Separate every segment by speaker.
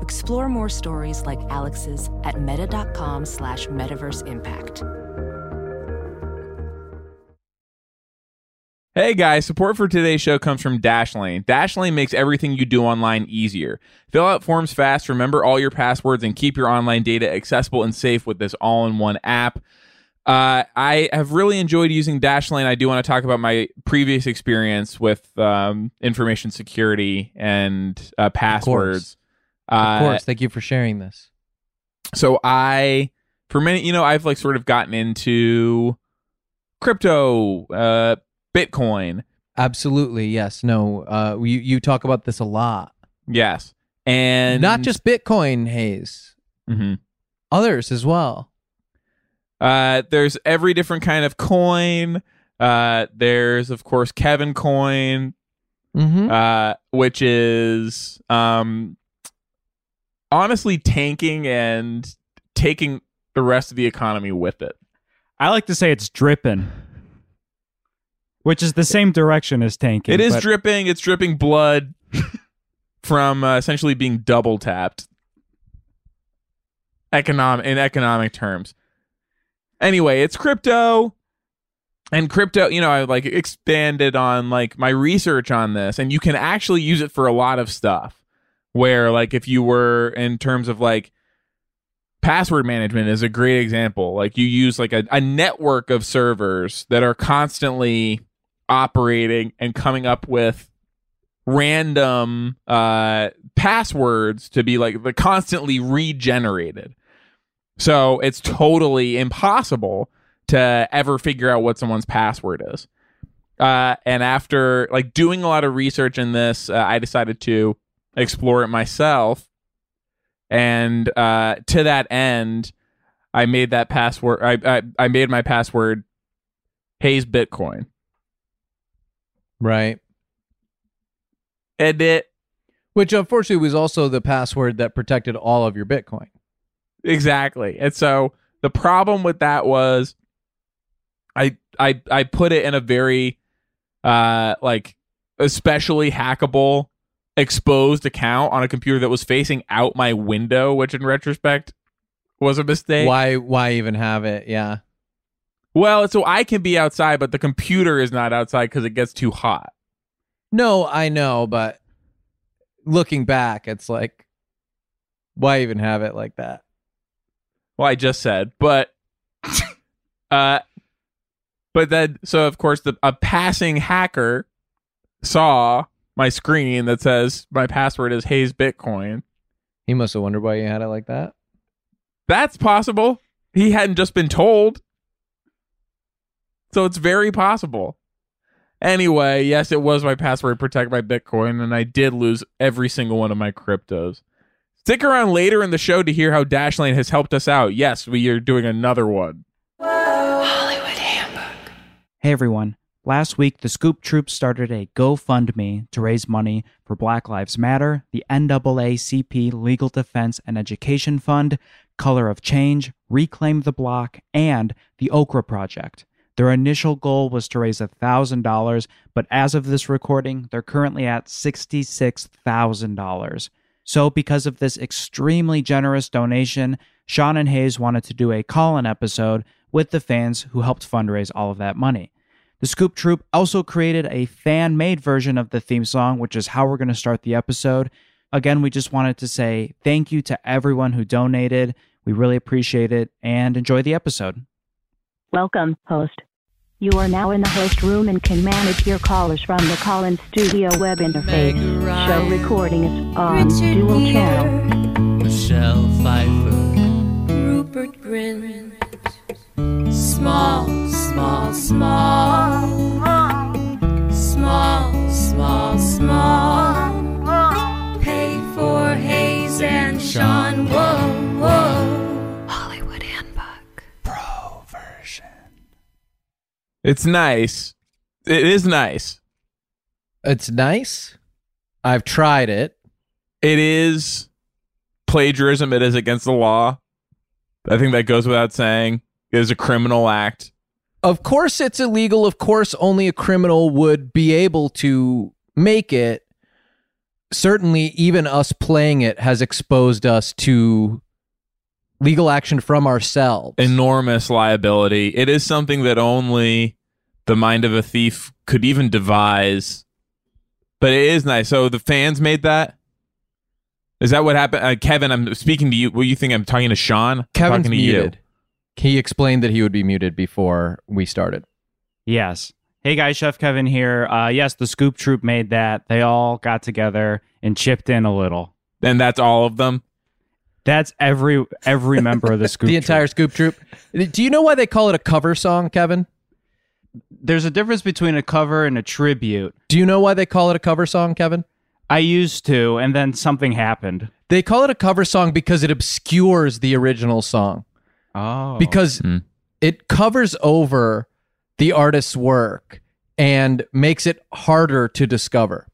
Speaker 1: Explore more stories like Alex's at meta.com slash metaverse impact.
Speaker 2: Hey guys, support for today's show comes from Dashlane. Dashlane makes everything you do online easier. Fill out forms fast, remember all your passwords, and keep your online data accessible and safe with this all in one app. Uh, I have really enjoyed using Dashlane. I do want to talk about my previous experience with um, information security and uh, passwords.
Speaker 3: Of
Speaker 2: Uh,
Speaker 3: course. Thank you for sharing this.
Speaker 2: so i for many you know i've like sort of gotten into crypto uh bitcoin
Speaker 3: Absolutely. Yes. No. Uh, you you talk about this a lot.
Speaker 2: yes and
Speaker 3: not just Bitcoin, Hayes.
Speaker 2: Mhm.
Speaker 3: Others as well.
Speaker 2: uh there's every different kind of coin uh there's of course kevin coin
Speaker 3: Mm-hmm.
Speaker 2: uh which is um honestly tanking and taking the rest of the economy with it
Speaker 4: I like to say it's dripping, which is the same direction as tanking.
Speaker 2: it is
Speaker 4: but
Speaker 2: dripping it's dripping blood from uh, essentially being double tapped economic in economic terms anyway it's crypto and crypto you know i like expanded on like my research on this and you can actually use it for a lot of stuff where like if you were in terms of like password management is a great example like you use like a, a network of servers that are constantly operating and coming up with random uh, passwords to be like the constantly regenerated. So it's totally impossible to ever figure out what someone's password is. Uh, and after like doing a lot of research in this, uh, I decided to explore it myself. And uh, to that end, I made that password. I, I I made my password Hayes Bitcoin.
Speaker 3: Right.
Speaker 2: And it
Speaker 3: Which unfortunately was also the password that protected all of your Bitcoin.
Speaker 2: Exactly. And so the problem with that was I I I put it in a very uh like especially hackable exposed account on a computer that was facing out my window, which in retrospect was a mistake.
Speaker 3: why why even have it? Yeah.
Speaker 2: Well, so I can be outside, but the computer is not outside cuz it gets too hot.
Speaker 3: No, I know, but looking back, it's like why even have it like that?
Speaker 2: Well, I just said, but uh but then so of course the a passing hacker saw my screen that says my password is Hayes Bitcoin.
Speaker 3: He must have wondered why you had it like that.
Speaker 2: That's possible. He hadn't just been told. So it's very possible. Anyway, yes, it was my password protect my Bitcoin, and I did lose every single one of my cryptos. Stick around later in the show to hear how Dashlane has helped us out. Yes, we are doing another one.
Speaker 4: Hey everyone. Last week, the Scoop Troop started a GoFundMe to raise money for Black Lives Matter, the NAACP Legal Defense and Education Fund, Color of Change, Reclaim the Block, and the Okra Project. Their initial goal was to raise $1,000, but as of this recording, they're currently at $66,000. So, because of this extremely generous donation, Sean and Hayes wanted to do a call in episode with the fans who helped fundraise all of that money. The Scoop Troop also created a fan made version of the theme song, which is how we're going to start the episode. Again, we just wanted to say thank you to everyone who donated. We really appreciate it and enjoy the episode.
Speaker 5: Welcome, host. You are now in the host room and can manage your callers from the call-in studio web interface. Show recording is on dual channel.
Speaker 6: Michelle Pfeiffer, Rupert Grint, small, small, small, small, small, small, pay for Hayes and Sean, whoa, whoa.
Speaker 2: It's nice. It is nice.
Speaker 3: It's nice. I've tried it.
Speaker 2: It is plagiarism. It is against the law. I think that goes without saying. It is a criminal act.
Speaker 3: Of course, it's illegal. Of course, only a criminal would be able to make it. Certainly, even us playing it has exposed us to legal action from ourselves.
Speaker 2: Enormous liability. It is something that only the mind of a thief could even devise. But it is nice. So the fans made that. Is that what happened, uh, Kevin? I'm speaking to you. What you think? I'm talking to Sean. I'm
Speaker 3: Kevin's
Speaker 2: talking to
Speaker 3: muted. He explained that he would be muted before we started.
Speaker 7: Yes. Hey guys, Chef Kevin here. Uh, yes, the Scoop Troop made that. They all got together and chipped in a little.
Speaker 2: you, and that's all of them.
Speaker 7: That's every every member of the Scoop.
Speaker 3: the entire
Speaker 7: Troop.
Speaker 3: Scoop Troop. Do you know why they call it a cover song, Kevin?
Speaker 7: There's a difference between a cover and a tribute.
Speaker 3: Do you know why they call it a cover song, Kevin?
Speaker 7: I used to, and then something happened.
Speaker 3: They call it a cover song because it obscures the original song.
Speaker 7: Oh,
Speaker 3: because
Speaker 2: Hmm.
Speaker 3: it covers over the artist's work and makes it harder to discover.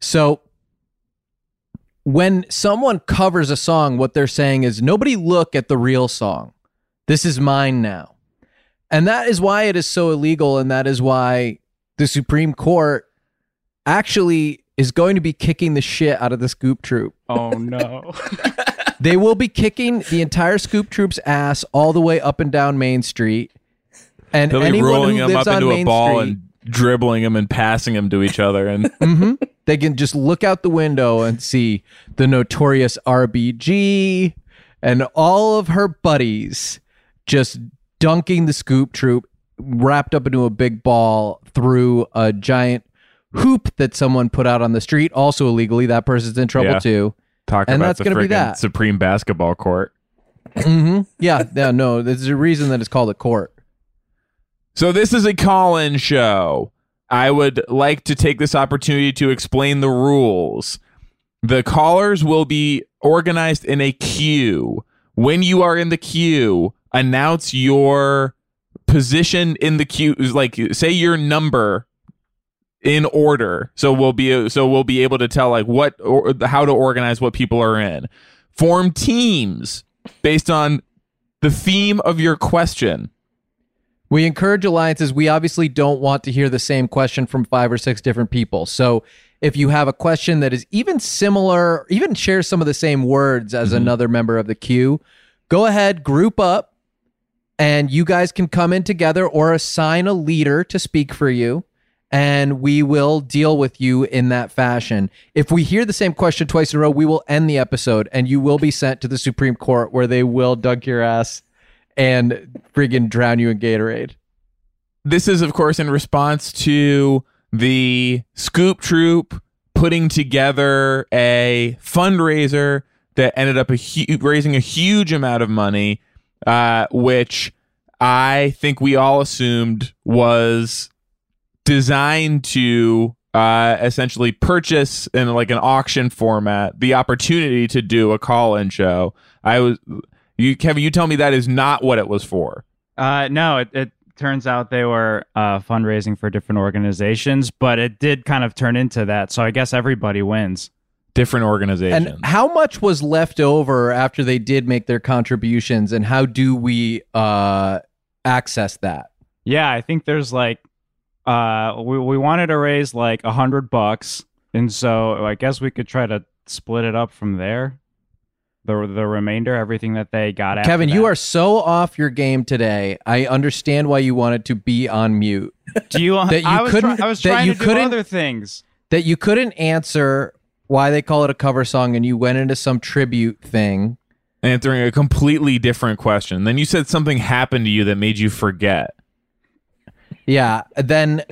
Speaker 3: So when someone covers a song, what they're saying is nobody look at the real song. This is mine now. And that is why it is so illegal. And that is why the Supreme Court actually is going to be kicking the shit out of the scoop troop
Speaker 7: oh no.
Speaker 3: they will be kicking the entire scoop troop's ass all the way up and down Main Street. And
Speaker 2: They'll be
Speaker 3: anyone
Speaker 2: rolling
Speaker 3: who
Speaker 2: them
Speaker 3: lives
Speaker 2: up
Speaker 3: on
Speaker 2: into
Speaker 3: Main
Speaker 2: a ball
Speaker 3: Street,
Speaker 2: and dribbling them and passing them to each other. And
Speaker 3: Mhm. they can just look out the window and see the notorious RBG and all of her buddies just dunking the scoop troop wrapped up into a big ball through a giant hoop that someone put out on the street also illegally that person's in trouble
Speaker 2: Yeah.
Speaker 3: too
Speaker 2: talk
Speaker 3: And
Speaker 2: about
Speaker 3: that's
Speaker 2: the
Speaker 3: gonna be
Speaker 2: friggin'
Speaker 3: that.
Speaker 2: Supreme Basketball Court.
Speaker 3: hmm yeah yeah no there's a reason that it's called a court
Speaker 2: So this is a call-in show. I would like to take this opportunity to explain the rules. The callers will be organized in a queue. When you are in the queue, announce your position in the queue. Like say your number in order. So we'll be so we'll be able to tell like what or how to organize what people are in. Form teams based on the theme of your question.
Speaker 3: We encourage alliances. We obviously don't want to hear the same question from five or six different people. So if you have a question that is even similar, even shares some of the same words as another member of the queue, go ahead, group up, and you guys can come in together or assign a leader to speak for you. And we will deal with you in that fashion. If we hear the same question twice in a row, we will end the episode and you will be sent to the Supreme Court where they will dunk your ass and friggin' drown you in Gatorade.
Speaker 2: this is of course in response to the scoop troop putting together a fundraiser that ended up a hu- raising a huge amount of money uh, which i think we all assumed was designed to uh, essentially purchase in like an auction format the opportunity to do a call-in show i was you kevin you tell me that is not what it was for
Speaker 7: Uh, no, it, it turns out they were uh, fundraising for different organizations, but it did kind of turn into that. So I guess everybody wins.
Speaker 2: different organizations
Speaker 3: And how much was left over after they did make their contributions, and how do we uh, access that?
Speaker 7: Yeah, I think there's like, uh, we we wanted to raise like a hundred bucks, and so I guess we could try to split it up from there. The the remainder, everything that they got. after
Speaker 3: Kevin, you
Speaker 7: that.
Speaker 3: are so off your game today. I understand why you wanted to be on mute.
Speaker 7: Do you?
Speaker 3: that you
Speaker 7: I was
Speaker 3: couldn't-
Speaker 7: I was
Speaker 3: that
Speaker 7: trying
Speaker 3: you
Speaker 7: to do
Speaker 3: couldn't-
Speaker 7: other things.
Speaker 3: That you couldn't answer why they call it a cover song, and you went into some tribute thing.
Speaker 2: answering a completely different question. Then you said something happened to you that made you forget.
Speaker 3: Yeah. Then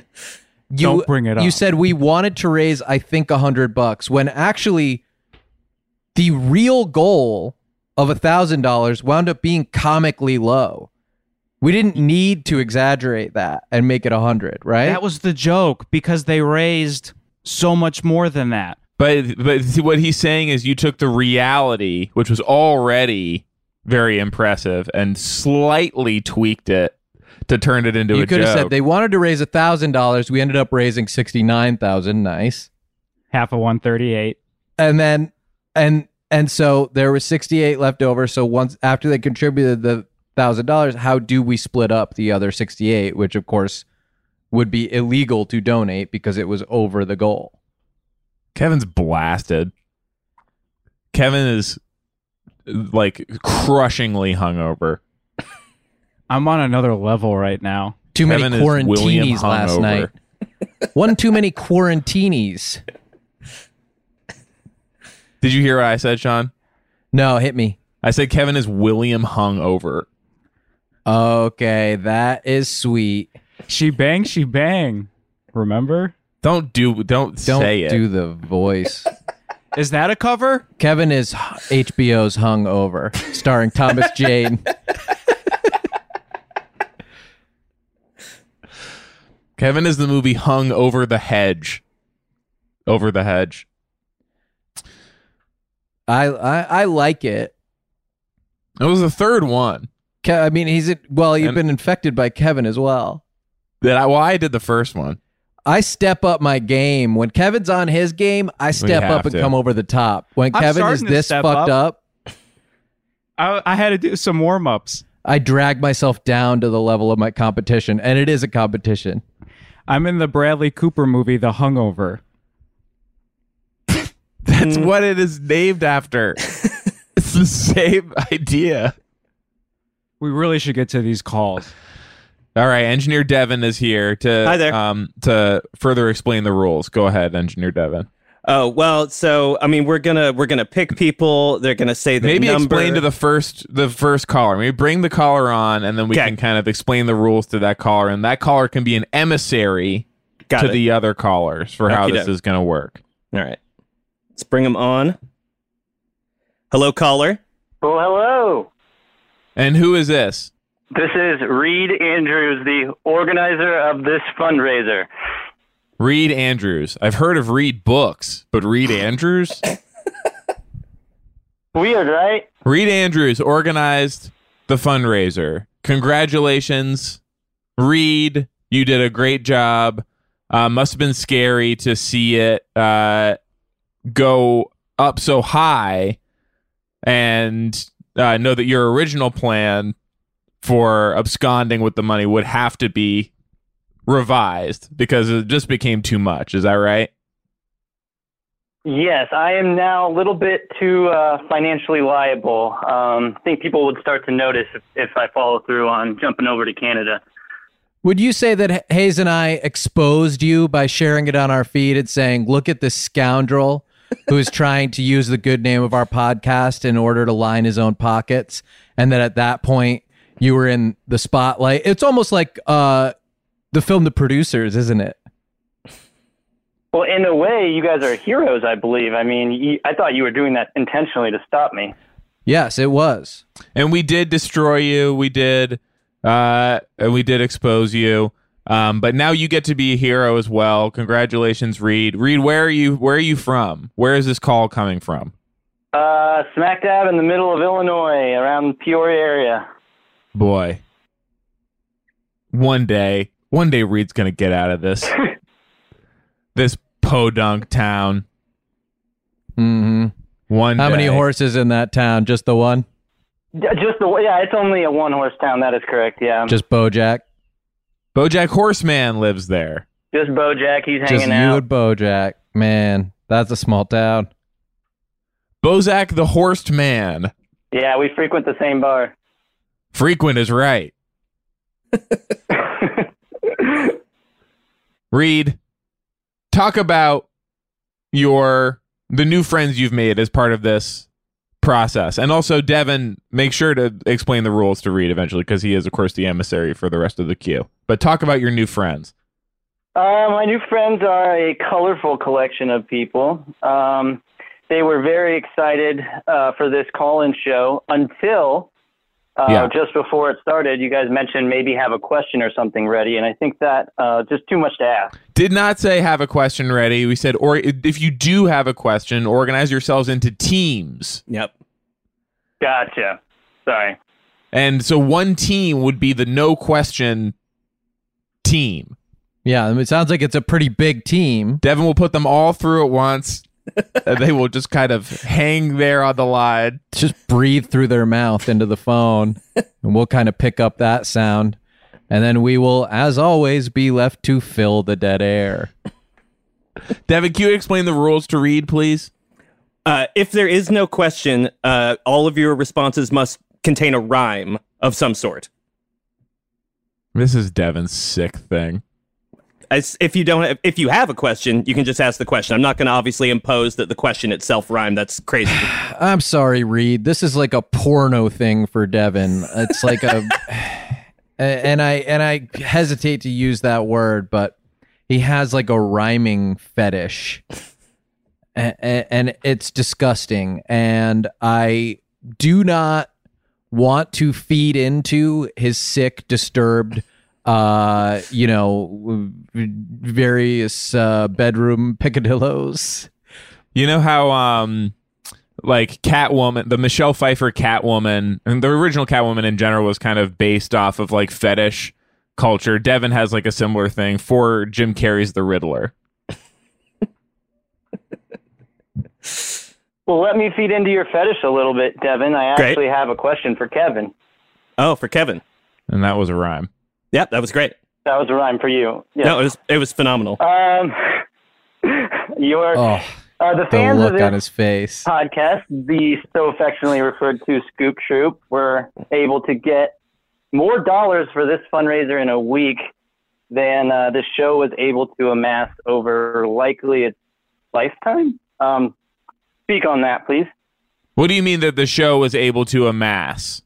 Speaker 3: you
Speaker 7: Don't bring it
Speaker 3: You
Speaker 7: up.
Speaker 3: said we wanted to raise, I think, a hundred bucks when actually the real goal of a thousand dollars wound up being comically low. We didn't need to exaggerate that and make it a hundred, right?
Speaker 7: That was the joke because they raised so much more than that.
Speaker 2: But but see, what he's saying is you took the reality, which was already very impressive, and slightly tweaked it to turn it into
Speaker 3: you
Speaker 2: a
Speaker 3: could
Speaker 2: joke.
Speaker 3: have said they wanted to raise thousand dollars. We ended up raising sixty nine thousand. Nice.
Speaker 7: Half of 138.
Speaker 3: And then and and so there was sixty eight left over. So once after they contributed the thousand dollars, how do we split up the other sixty eight? Which of course would be illegal to donate because it was over the goal.
Speaker 2: Kevin's blasted. Kevin is like crushingly hungover.
Speaker 7: I'm on another level right now.
Speaker 3: Too
Speaker 2: Kevin
Speaker 3: many
Speaker 2: is William
Speaker 3: quarantinis last
Speaker 2: Hungover.
Speaker 3: night. One too many quarantinis.
Speaker 2: Did you hear what I said, Sean?
Speaker 3: No, hit me.
Speaker 2: I said Kevin is William hungover.
Speaker 3: Okay, that is sweet.
Speaker 7: She bang, she bang. Remember?
Speaker 2: Don't do don't,
Speaker 3: Don't
Speaker 2: say it.
Speaker 3: do the voice.
Speaker 7: Is that a cover?
Speaker 3: Kevin is HBO's Hungover, starring Thomas Jane.
Speaker 2: Kevin is the movie hung over the hedge. Over the hedge.
Speaker 3: I, I I like it.
Speaker 2: It was the third one
Speaker 3: Ke- I mean, he's a- well. You've
Speaker 2: And-
Speaker 3: been infected by Kevin as well.
Speaker 2: that I well I did the first one.
Speaker 3: I step up my game when Kevin's on his game. I step
Speaker 2: have
Speaker 3: up and
Speaker 2: to.
Speaker 3: come over the top. When
Speaker 7: I'm
Speaker 3: Kevin is
Speaker 7: starting to
Speaker 3: this
Speaker 7: step
Speaker 3: fucked up.
Speaker 7: I, I had to do some warm ups.
Speaker 3: I drag myself down to the level of my competition, and it is a competition.
Speaker 7: I'm in the Bradley Cooper movie, The Hungover.
Speaker 2: That's
Speaker 3: Mm.
Speaker 2: what it is named after. it's the same idea.
Speaker 7: We really should get to these calls.
Speaker 2: All right, engineer Devin is here to
Speaker 8: Hi there.
Speaker 2: um to further explain the rules. Go ahead, engineer Devin.
Speaker 8: Oh well, so I mean, we're gonna we're gonna pick people. They're gonna say their
Speaker 2: Maybe
Speaker 8: number.
Speaker 2: explain to the first the first caller. Maybe bring the caller on, and then we
Speaker 8: Okay.
Speaker 2: can kind of explain the rules to that caller, and that caller can be an emissary
Speaker 8: Got
Speaker 2: to
Speaker 8: it.
Speaker 2: the other callers for how
Speaker 8: Okie
Speaker 2: this
Speaker 8: doke.
Speaker 2: is going to work.
Speaker 8: All right, let's bring them on. Hello, caller.
Speaker 5: Well, hello.
Speaker 2: And who is this?
Speaker 5: This is Reed Andrews, the organizer of this fundraiser.
Speaker 2: Reed Andrews. I've heard of Reed Books, but Reed Andrews.
Speaker 5: Weird, right?
Speaker 2: Reed Andrews organized the fundraiser. Congratulations, Reed. You did a great job. Uh, must have been scary to see it uh, go up so high and uh, know that your original plan for absconding with the money would have to be revised because it just became too much. Is that right?
Speaker 5: Yes, I am now a little bit too uh, financially liable. Um, I think people would start to notice if, if I follow through on jumping over to Canada.
Speaker 3: Would you say that H- Hayes and I exposed you by sharing it on our feed and saying, look at this scoundrel who is trying to use the good name of our podcast in order to line his own pockets? And that at that point, you were in the spotlight. It's almost like uh, the film The Producers, isn't it?
Speaker 5: Well, in a way, you guys are heroes, I believe. I mean, you, I thought you were doing that intentionally to stop me.
Speaker 3: Yes, it was.
Speaker 2: and we did destroy you we did uh and we did expose you um but now you get to be a hero as well congratulations reed reed where are you where are you from where is this call coming from
Speaker 5: Uh, smack dab in the middle of Illinois, around the Peoria area.
Speaker 2: boy one day one day reed's gonna get out of this this podunk town
Speaker 3: hmm
Speaker 2: one
Speaker 3: How many
Speaker 2: day.
Speaker 3: horses in that town? Just the one?
Speaker 5: J- Just the way, yeah, it's only a one horse town. That is correct. Yeah, just,
Speaker 3: Just Bojack?
Speaker 2: bojack horseman lives there
Speaker 5: BoJack. He's
Speaker 3: Just
Speaker 5: hanging
Speaker 3: you
Speaker 5: out.
Speaker 3: and Bojack. Man, that's a small town.
Speaker 2: bozak the horsed man
Speaker 5: Yeah, we frequent the same bar.
Speaker 2: frequent is right Reed, talk about your the new friends you've made as part of this process, and also Devin. Make sure to explain the rules to Reed eventually, because he is, of course, the emissary for the rest of the queue. But talk about your new friends.
Speaker 5: Uh, my new friends are a colorful collection of people. Um, they were very excited uh, for this call-in show until uh,
Speaker 2: Yeah.
Speaker 5: just before it started. You guys mentioned maybe have a question or something ready, and I think that uh, just too much to ask.
Speaker 2: Did not say have a question ready. We said, or if you do have a question, organize yourselves into teams.
Speaker 8: Yep.
Speaker 5: Gotcha. Sorry.
Speaker 2: And so one team would be the no question team.
Speaker 3: Yeah, I mean, it sounds like it's a pretty big team.
Speaker 2: Devin will put them all through at once. and they will just kind of hang there on the line.
Speaker 3: Just breathe through their mouth into the phone, and we'll kind of pick up that sound. And then we will, as always, be left to fill the dead air.
Speaker 2: Devin, can you explain the rules to read, please?
Speaker 8: Uh, if there is no question, uh, all of your responses must contain a rhyme of some sort.
Speaker 2: This is Devin's sick thing.
Speaker 8: As if you don't, have, if you have a question, you can just ask the question. I'm not going to obviously impose that the question itself rhymed. That's crazy.
Speaker 3: I'm sorry, Reed. This is like a porno thing for Devin. It's like a, and I and I hesitate to use that word, but he has like a rhyming fetish, and, and it's disgusting. And I do not want to feed into his sick, disturbed, uh, you know, various uh, bedroom picadillos.
Speaker 2: You know how um like Catwoman, the Michelle Pfeiffer Catwoman, and the original Catwoman in general was kind of based off of like fetish culture. Devin has like a similar thing for Jim Carrey's The Riddler.
Speaker 5: Well, let me feed into your fetish a little bit, Devin. I
Speaker 8: Great.
Speaker 5: actually have a question for Kevin.
Speaker 8: Oh, for Kevin.
Speaker 2: And that was a rhyme.
Speaker 8: Yeah, that was great.
Speaker 5: That was a rhyme for you. Yeah.
Speaker 8: No, it was it was phenomenal.
Speaker 5: Um, your
Speaker 3: Oh,
Speaker 5: uh, the
Speaker 3: the
Speaker 5: fans of
Speaker 3: look
Speaker 5: this
Speaker 3: on his face.
Speaker 5: podcast, the so affectionately referred to Scoop Troop, were able to get more dollars for this fundraiser in a week than uh, the show was able to amass over likely its lifetime. Um, speak on that, please.
Speaker 2: What do you mean that the show was able to amass?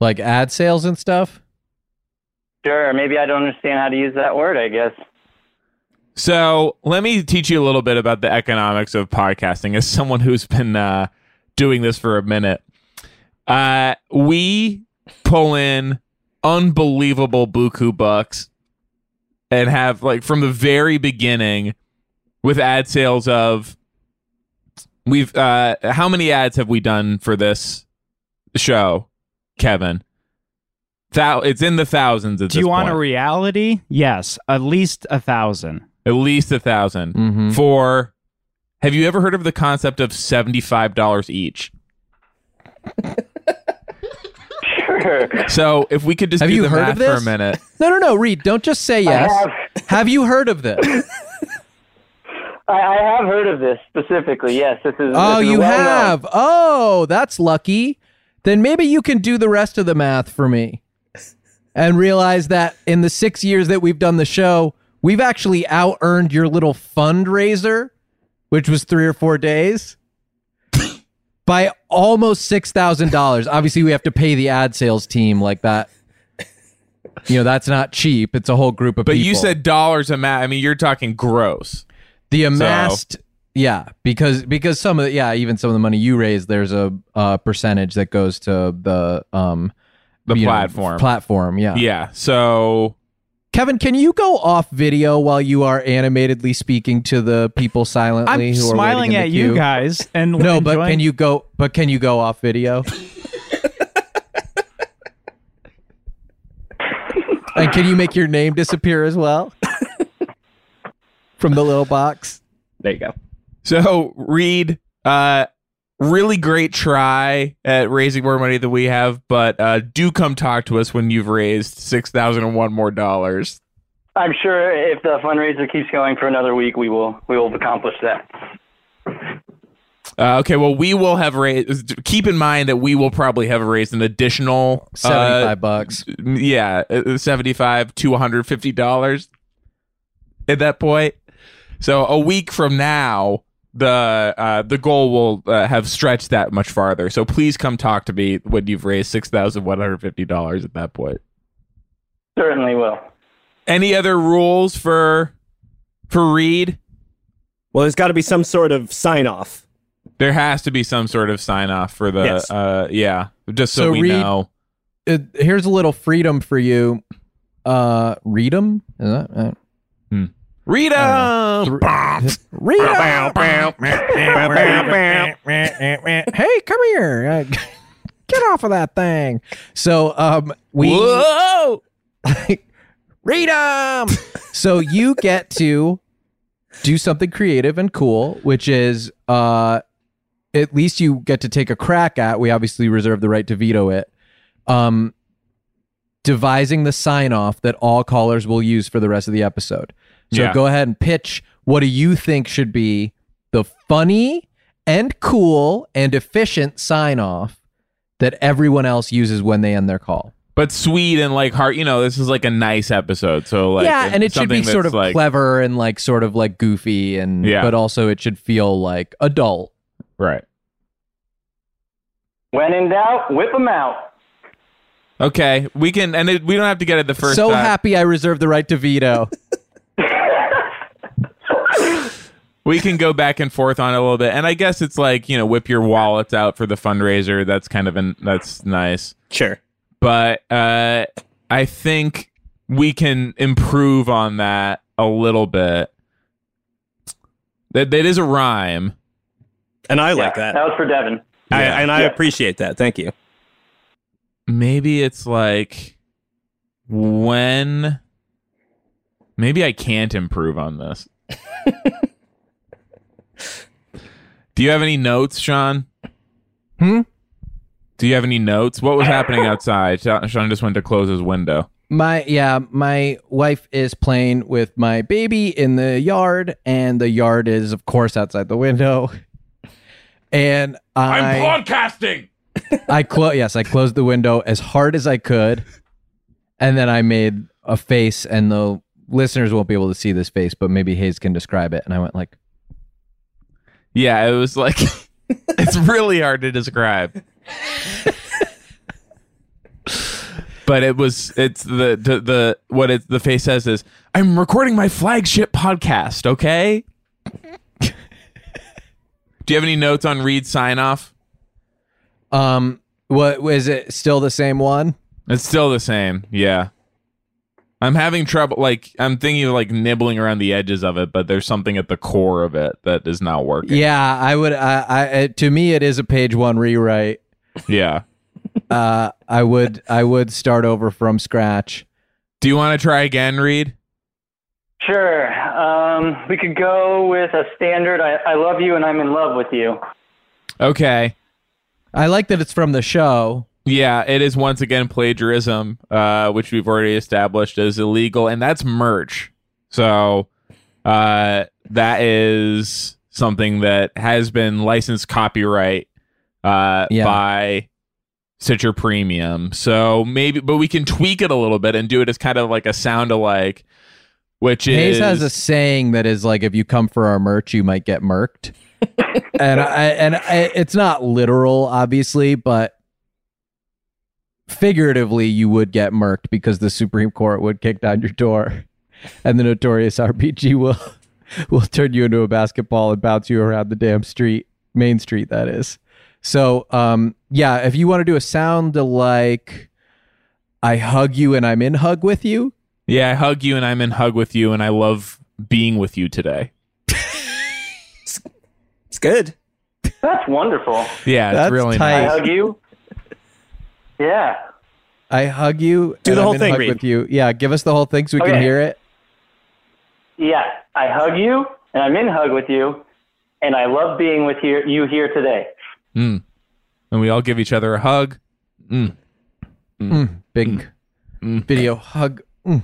Speaker 3: Like ad sales and stuff.
Speaker 5: Sure. Maybe I don't understand how to use that word. I guess.
Speaker 2: So let me teach you a little bit about the economics of podcasting as someone who's been uh, doing this for a minute. Uh, we pull in unbelievable buku bucks and have like from the very beginning with ad sales of we've uh how many ads have we done for this show kevin Thou- it's in the thousands at
Speaker 7: Do
Speaker 2: this
Speaker 7: you want
Speaker 2: point.
Speaker 7: a reality? Yes, at least a thousand.
Speaker 2: at least a 1000
Speaker 3: Mhm.
Speaker 2: for have you ever heard of the concept of $75 each
Speaker 5: Sure.
Speaker 2: so if we could just
Speaker 3: Have
Speaker 2: do
Speaker 3: you
Speaker 2: the
Speaker 3: heard
Speaker 2: math
Speaker 3: of
Speaker 2: for a
Speaker 3: this?
Speaker 2: minute
Speaker 3: No, no, no, Reed, don't just say yes.
Speaker 5: have.
Speaker 3: Have you heard of this?
Speaker 5: I, I have heard of this specifically. Yes, this is.
Speaker 3: oh,
Speaker 5: this is
Speaker 3: you
Speaker 5: well known.
Speaker 3: have. Oh, that's lucky. Then maybe you can do the rest of the math for me and realize that in the six years that we've done the show, we've actually out earned your little fundraiser, which was three or four days, by almost $6,000. Obviously, we have to pay the ad sales team like that. You know, that's not cheap. It's a whole group of
Speaker 2: but
Speaker 3: people.
Speaker 2: you said dollars amount i mean you're talking gross
Speaker 3: the amassed yeah because because some of the, yeah even some of the money you raise there's a uh, percentage that goes to the um
Speaker 2: The
Speaker 3: you know,
Speaker 2: platform.
Speaker 3: platform yeah.
Speaker 2: yeah so
Speaker 3: kevin can you go off video while you are animatedly speaking to the people silently Uh, who
Speaker 7: I'm
Speaker 3: are
Speaker 7: smiling
Speaker 3: waiting in
Speaker 7: at
Speaker 3: the
Speaker 7: you
Speaker 3: queue?
Speaker 7: guys and
Speaker 3: no but
Speaker 7: enjoying-
Speaker 3: can you go but can you go off video and can you make your name disappear as well from the little box
Speaker 8: There you go.
Speaker 2: so reed uh really great try at raising more money than we have but uh do come talk to us when you've raised 6001 more dollars
Speaker 5: I'm sure if the fundraiser keeps going for another week, we will we will accomplish that.
Speaker 2: Uh, okay, well, we will have raised. Keep in mind that we will probably have raised an additional uh,
Speaker 3: 75 bucks
Speaker 2: yeah, uh, seventy-five to one hundred fifty dollars at that point. So a week from now, the uh, the goal will uh, have stretched that much farther. So please come talk to me when you've raised six thousand one hundred fifty dollars at that point.
Speaker 5: Certainly will.
Speaker 2: Any other rules for for Reed?
Speaker 8: Well, there's got to be some sort of sign off.
Speaker 2: There has to be some sort of sign off for the
Speaker 8: Yes.
Speaker 2: uh, yeah, just so,
Speaker 3: So
Speaker 2: we
Speaker 3: Reed-
Speaker 2: know.
Speaker 3: uh, here's a little freedom for you. Uh, read them. Uh,
Speaker 2: Read 'em!
Speaker 3: read 'em. hey, come here. Uh, get off of that thing. So um, we
Speaker 2: Whoa!
Speaker 3: read them. so you get to do something creative and cool, which is uh, at least you get to take a crack at. We obviously reserve the right to veto it. Um, devising the sign off that all callers will use for the rest of the episode. So
Speaker 2: Yeah.
Speaker 3: go ahead and pitch what do you think should be the funny and cool and efficient sign off that everyone else uses when they end their call.
Speaker 2: But sweet and like heart. You know, this is like a nice episode. So like,
Speaker 3: yeah,
Speaker 2: if
Speaker 3: and it should be
Speaker 2: something
Speaker 3: sort
Speaker 2: that's,
Speaker 3: of
Speaker 2: like,
Speaker 3: clever and like sort of like goofy and
Speaker 2: Yeah.
Speaker 3: but also it should feel like adult.
Speaker 2: Right.
Speaker 5: When in doubt, whip them out.
Speaker 2: Okay, we can, and it, we don't have to get it the first.
Speaker 3: so
Speaker 2: time.
Speaker 3: happy I reserved the right to veto.
Speaker 2: we can go back and forth on it a little bit, and I guess it's like you know, whip your wallets out for the fundraiser. That's kind of an that's nice,
Speaker 8: Sure.
Speaker 2: but uh, I think we can improve on that a little bit. That that is a rhyme.
Speaker 8: And I like
Speaker 5: Yeah,
Speaker 8: that.
Speaker 5: was for Devin.
Speaker 8: I,
Speaker 2: Yeah.
Speaker 8: and I
Speaker 5: Yeah.
Speaker 8: appreciate that. Thank you.
Speaker 2: maybe it's like when maybe I can't improve on this. Do you have any notes, Sean?
Speaker 3: Hmm?
Speaker 2: Do you have any notes? What was happening outside? Sha- Sean just went to close his window.
Speaker 3: my yeah, my wife is playing with my baby in the yard, and the yard is of course outside the window. And I
Speaker 2: broadcasting.
Speaker 3: I clo- yes, I closed the window as hard as I could, and then I made a face, and the listeners won't be able to see this face, but maybe Hayes can describe it. And I went like
Speaker 2: Yeah, it was like it's really hard to describe. but it was it's the the, the what it, the face says is I'm recording my flagship podcast, okay? Do you have any notes on Reed's sign off?
Speaker 3: Um, what was it? Still the same one?
Speaker 2: It's still the same. Yeah. I'm having trouble like I'm thinking of like nibbling around the edges of it, but there's something at the core of it that is not working.
Speaker 3: Yeah, I would. I, I it, to me, it is a page one rewrite.
Speaker 2: yeah.
Speaker 3: Uh, I would. I would start over from scratch.
Speaker 2: Do you want to try again, Reed?
Speaker 5: Sure. Um, we could go with a standard I, I love you and I'm in love with you.
Speaker 2: Okay.
Speaker 3: I like that it's from the show.
Speaker 2: Yeah, it is once again plagiarism, uh, which we've already established is illegal, and that's merch. So uh, that is something that has been licensed copyright uh,
Speaker 3: Yeah.
Speaker 2: by Stitcher Premium. So maybe, but we can tweak it a little bit and do it as kind of like a sound alike, which
Speaker 3: Hayes
Speaker 2: is
Speaker 3: has a saying that is like, if you come for our merch, you might get murked. and I, and I, it's not literal, obviously, but figuratively, you would get murked because the Supreme Court would kick down your door, and the notorious RPG will will turn you into a basketball and bounce you around the damn street, main street, that is. So, um, yeah, if you want to do a sound like. I hug you and I'm in hug with you.
Speaker 2: yeah, I hug you and I'm in hug with you, and I love being with you today.
Speaker 8: It's good.
Speaker 5: That's wonderful.
Speaker 2: Yeah,
Speaker 3: That's
Speaker 2: it's really
Speaker 3: tight.
Speaker 5: I
Speaker 2: nice.
Speaker 5: hug you. Yeah.
Speaker 3: I hug you.
Speaker 8: Do
Speaker 3: and
Speaker 8: the
Speaker 3: I'm
Speaker 8: whole
Speaker 3: in
Speaker 8: thing,
Speaker 3: hug
Speaker 8: Reed.
Speaker 3: with you. Yeah, give us the whole thing so we can
Speaker 5: Okay.
Speaker 3: hear it.
Speaker 5: Yeah. I hug you and I'm in hug with you and I love being with you, you here today.
Speaker 2: Mm. And we all give each other a hug. Mm.
Speaker 3: Mm, big video hug. Mm.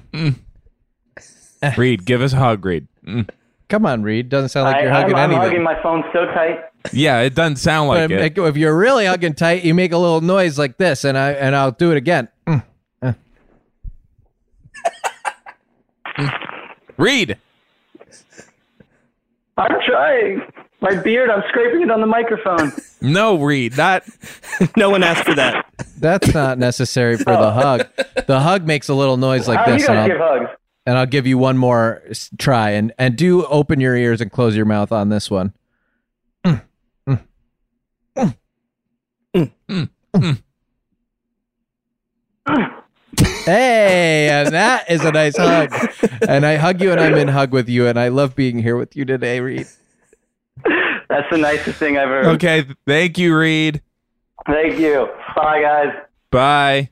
Speaker 2: Mm. Reed, give us a hug, Reed. Mm.
Speaker 3: Come on, Reed. Doesn't sound like
Speaker 5: I,
Speaker 3: you're hugging
Speaker 5: I'm,
Speaker 3: anything.
Speaker 5: I'm hugging my phone so tight.
Speaker 2: Yeah, it doesn't sound
Speaker 3: But
Speaker 2: like it.
Speaker 3: if- if you're really hugging tight, you make a little noise like this, and I and I'll do it again. Mm.
Speaker 2: Reed,
Speaker 5: I'm trying. My beard, I'm scraping it on the microphone.
Speaker 2: no, Reed, not
Speaker 8: No one asked for that.
Speaker 3: That's not necessary for the hug. The hug makes a little noise like
Speaker 5: How do
Speaker 3: this,
Speaker 5: you
Speaker 3: and
Speaker 5: guys
Speaker 3: I'll,
Speaker 5: give hugs?
Speaker 3: and I'll give you one more s- try. And and do open your ears and close your mouth on this one. Hey, and that is a nice hug. And I hug you, and I'm in hug with you, and I love being here with you today, Reed.
Speaker 5: That's the nicest thing I've ever.
Speaker 2: okay. Thank you, Reed.
Speaker 5: Thank you. Bye, guys.
Speaker 2: Bye.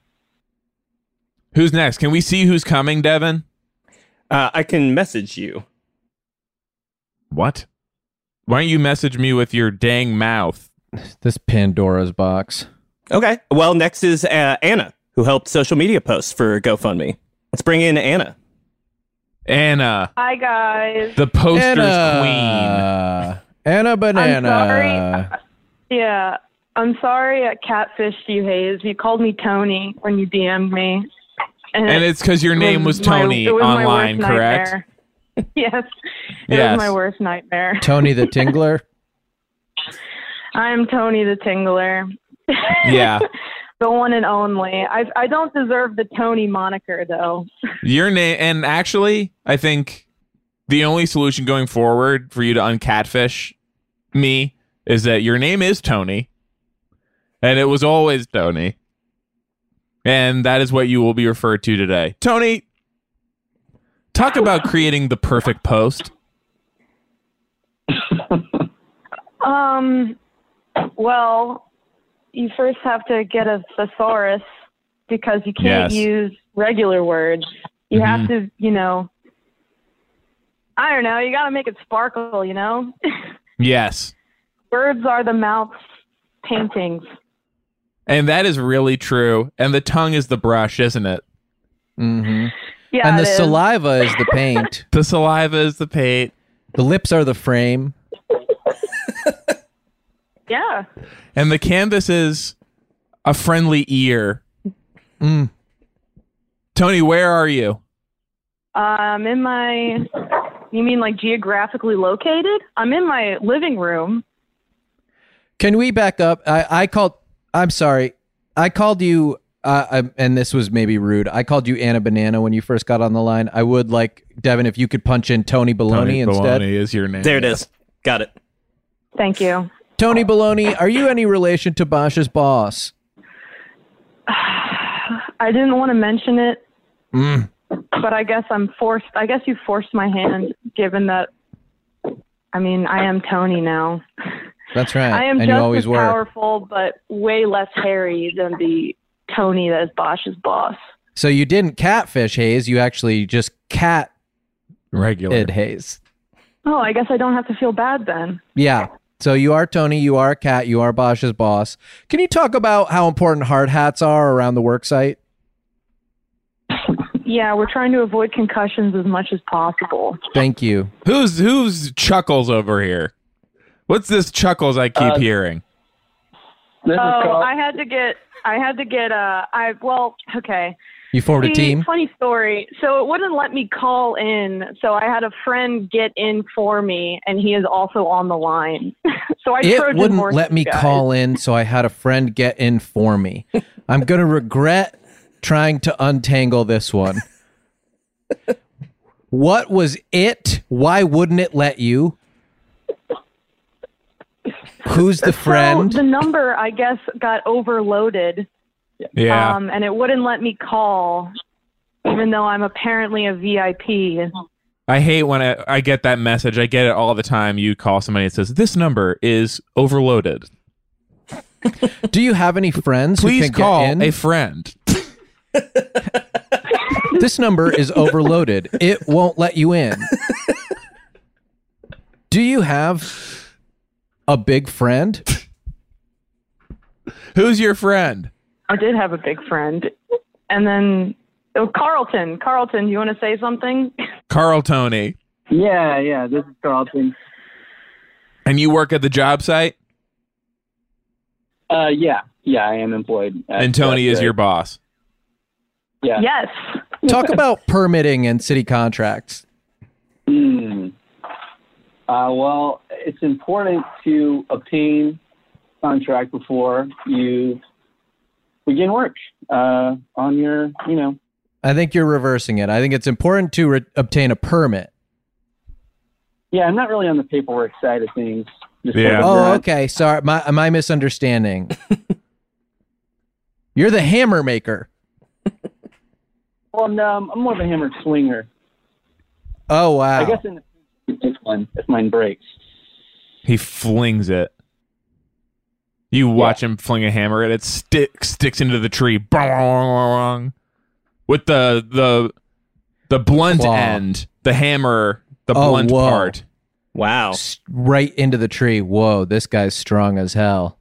Speaker 2: Who's next? Can we see who's coming, Devin?
Speaker 8: Uh, I can message you.
Speaker 2: What? Why don't you message me with your dang mouth?
Speaker 3: This Pandora's box.
Speaker 8: Okay. Well, next is uh, Anna, who helped social media posts for GoFundMe. Let's bring in Anna.
Speaker 2: Anna,
Speaker 9: Hi guys.
Speaker 2: the posters
Speaker 3: Anna, Uh, Anna Banana.
Speaker 9: I'm sorry. Yeah, I'm sorry. I catfished you, Hayes. You called me Tony when you DM'd me,
Speaker 2: queen. And it's because your name was
Speaker 9: my-
Speaker 2: Tony
Speaker 9: it was my
Speaker 2: online,
Speaker 9: worst
Speaker 2: correct?
Speaker 9: nightmare. yes, it
Speaker 2: Yes.
Speaker 9: was my worst nightmare.
Speaker 3: Tony the Tingler.
Speaker 9: I'm Tony the Tingler,
Speaker 2: Yeah.
Speaker 9: the one and only. I I don't deserve the Tony moniker though.
Speaker 2: Your name, and actually, I think the only solution going forward for you to uncatfish me is that your name is Tony, and it was always Tony, and that is what you will be referred to today. Tony, talk about creating the perfect post.
Speaker 9: Um, well, you first have to get a thesaurus because you can't
Speaker 2: Yes.
Speaker 9: use regular words. You have to, you know, I don't know, you got to make it sparkle, you know?
Speaker 2: Yes,
Speaker 9: words are the mouth's paintings.
Speaker 2: and that is really true. And the tongue is the brush, isn't it?
Speaker 3: hmm
Speaker 9: Yeah,
Speaker 3: And the
Speaker 9: it is.
Speaker 3: saliva is the paint.
Speaker 2: The saliva is the paint.
Speaker 3: the lips are the frame.
Speaker 9: Yeah.
Speaker 2: And the canvas is a friendly ear.
Speaker 3: Mm.
Speaker 2: Tony, where are you?
Speaker 9: Um, in my, you mean like geographically located? I'm in my living room.
Speaker 3: Can we back up? I, I called. I'm sorry. I called you, uh, I, and this was maybe rude. I called you Anna Banana when you first got on the line. I would like Devin if you could punch in Tony Baloney instead.
Speaker 2: Baloney is your name.
Speaker 8: There it is. Got it.
Speaker 9: Thank you.
Speaker 3: Tony Baloney, are you any relation to Bosch's boss?
Speaker 9: I didn't want to mention it
Speaker 3: Mm.
Speaker 9: but I guess I'm forced. I guess you forced my hand, given that. I mean, I am Tony now.
Speaker 3: That's right.
Speaker 9: I am
Speaker 3: Eh, and
Speaker 9: just
Speaker 3: you always
Speaker 9: as
Speaker 3: were.
Speaker 9: powerful, but way less hairy than the Tony that is Bosch's boss.
Speaker 3: So you didn't catfish Hayes. You actually just catted
Speaker 2: Regular.
Speaker 3: Hayes.
Speaker 9: Oh, I guess I don't have to feel bad then.
Speaker 3: Yeah. So you are Tony. You are a cat. You are Bosch's boss. Can you talk about how important hard hats are around the work site?
Speaker 9: Yeah, we're trying to avoid concussions as much as possible.
Speaker 3: Thank you.
Speaker 2: Who's who's chuckles over here? What's this chuckles I keep
Speaker 5: Uh,
Speaker 2: hearing?
Speaker 5: This is
Speaker 9: Oh,
Speaker 5: Carl.
Speaker 9: I had to get. I had to get. Uh, I well, okay.
Speaker 3: You formed a
Speaker 9: See,
Speaker 3: team.
Speaker 9: Funny story. So it wouldn't let me call in. So I had a friend get in for me, and he is also on the line. so I
Speaker 3: It
Speaker 9: Trojan
Speaker 3: wouldn't
Speaker 9: horsed
Speaker 3: let me
Speaker 9: you guys.
Speaker 3: call in, so I had a friend get in for me. I'm going to regret trying to untangle this one. what was it? Why wouldn't it let you? Who's the friend?
Speaker 9: So the number, I guess, got overloaded,
Speaker 2: Yeah.
Speaker 9: um, and it wouldn't let me call, even though I'm apparently a VIP.
Speaker 2: I hate when I, I get that message. I get it all the time. You call somebody and says, This number is overloaded.
Speaker 3: Do you have any friends
Speaker 2: Please
Speaker 3: who can get
Speaker 2: call
Speaker 3: in?
Speaker 2: a friend.
Speaker 3: this number is overloaded. It won't let you in. Do you have a big friend?
Speaker 2: Who's your friend?
Speaker 9: I did have a big friend, and then oh, Carlton. Carlton, you want to say something?
Speaker 2: Carl Tony.
Speaker 5: Yeah, yeah. This is Carlton.
Speaker 2: And you work at the job site?
Speaker 5: Uh, yeah, yeah. I am employed. at- uh,
Speaker 2: and Tony
Speaker 5: at
Speaker 2: is
Speaker 5: the-
Speaker 2: your boss.
Speaker 5: Yeah.
Speaker 9: Yes.
Speaker 3: Talk about permitting and city contracts.
Speaker 5: Hmm. Uh, well, it's important to obtain contract before you begin work uh, on your, you know.
Speaker 3: I think you're reversing it. I think it's important to re- obtain a permit.
Speaker 5: Yeah, I'm not really on the paperwork side of things. Just
Speaker 2: Yeah.
Speaker 5: like
Speaker 3: Oh,
Speaker 5: that.
Speaker 3: okay. Sorry, my my misunderstanding. you're the hammer maker.
Speaker 5: Well, no, I'm- I'm more of a hammer swinger.
Speaker 3: Oh wow.
Speaker 5: I guess in the future, this one, if mine breaks.
Speaker 2: He flings it. You watch him fling a hammer and it sticks sticks into the tree. Bong. With the the the blunt
Speaker 3: Claw.
Speaker 2: end, the hammer, the
Speaker 3: Oh,
Speaker 2: blunt
Speaker 3: whoa.
Speaker 2: part.
Speaker 8: Wow.
Speaker 3: right into the tree. Whoa, this guy's strong as hell.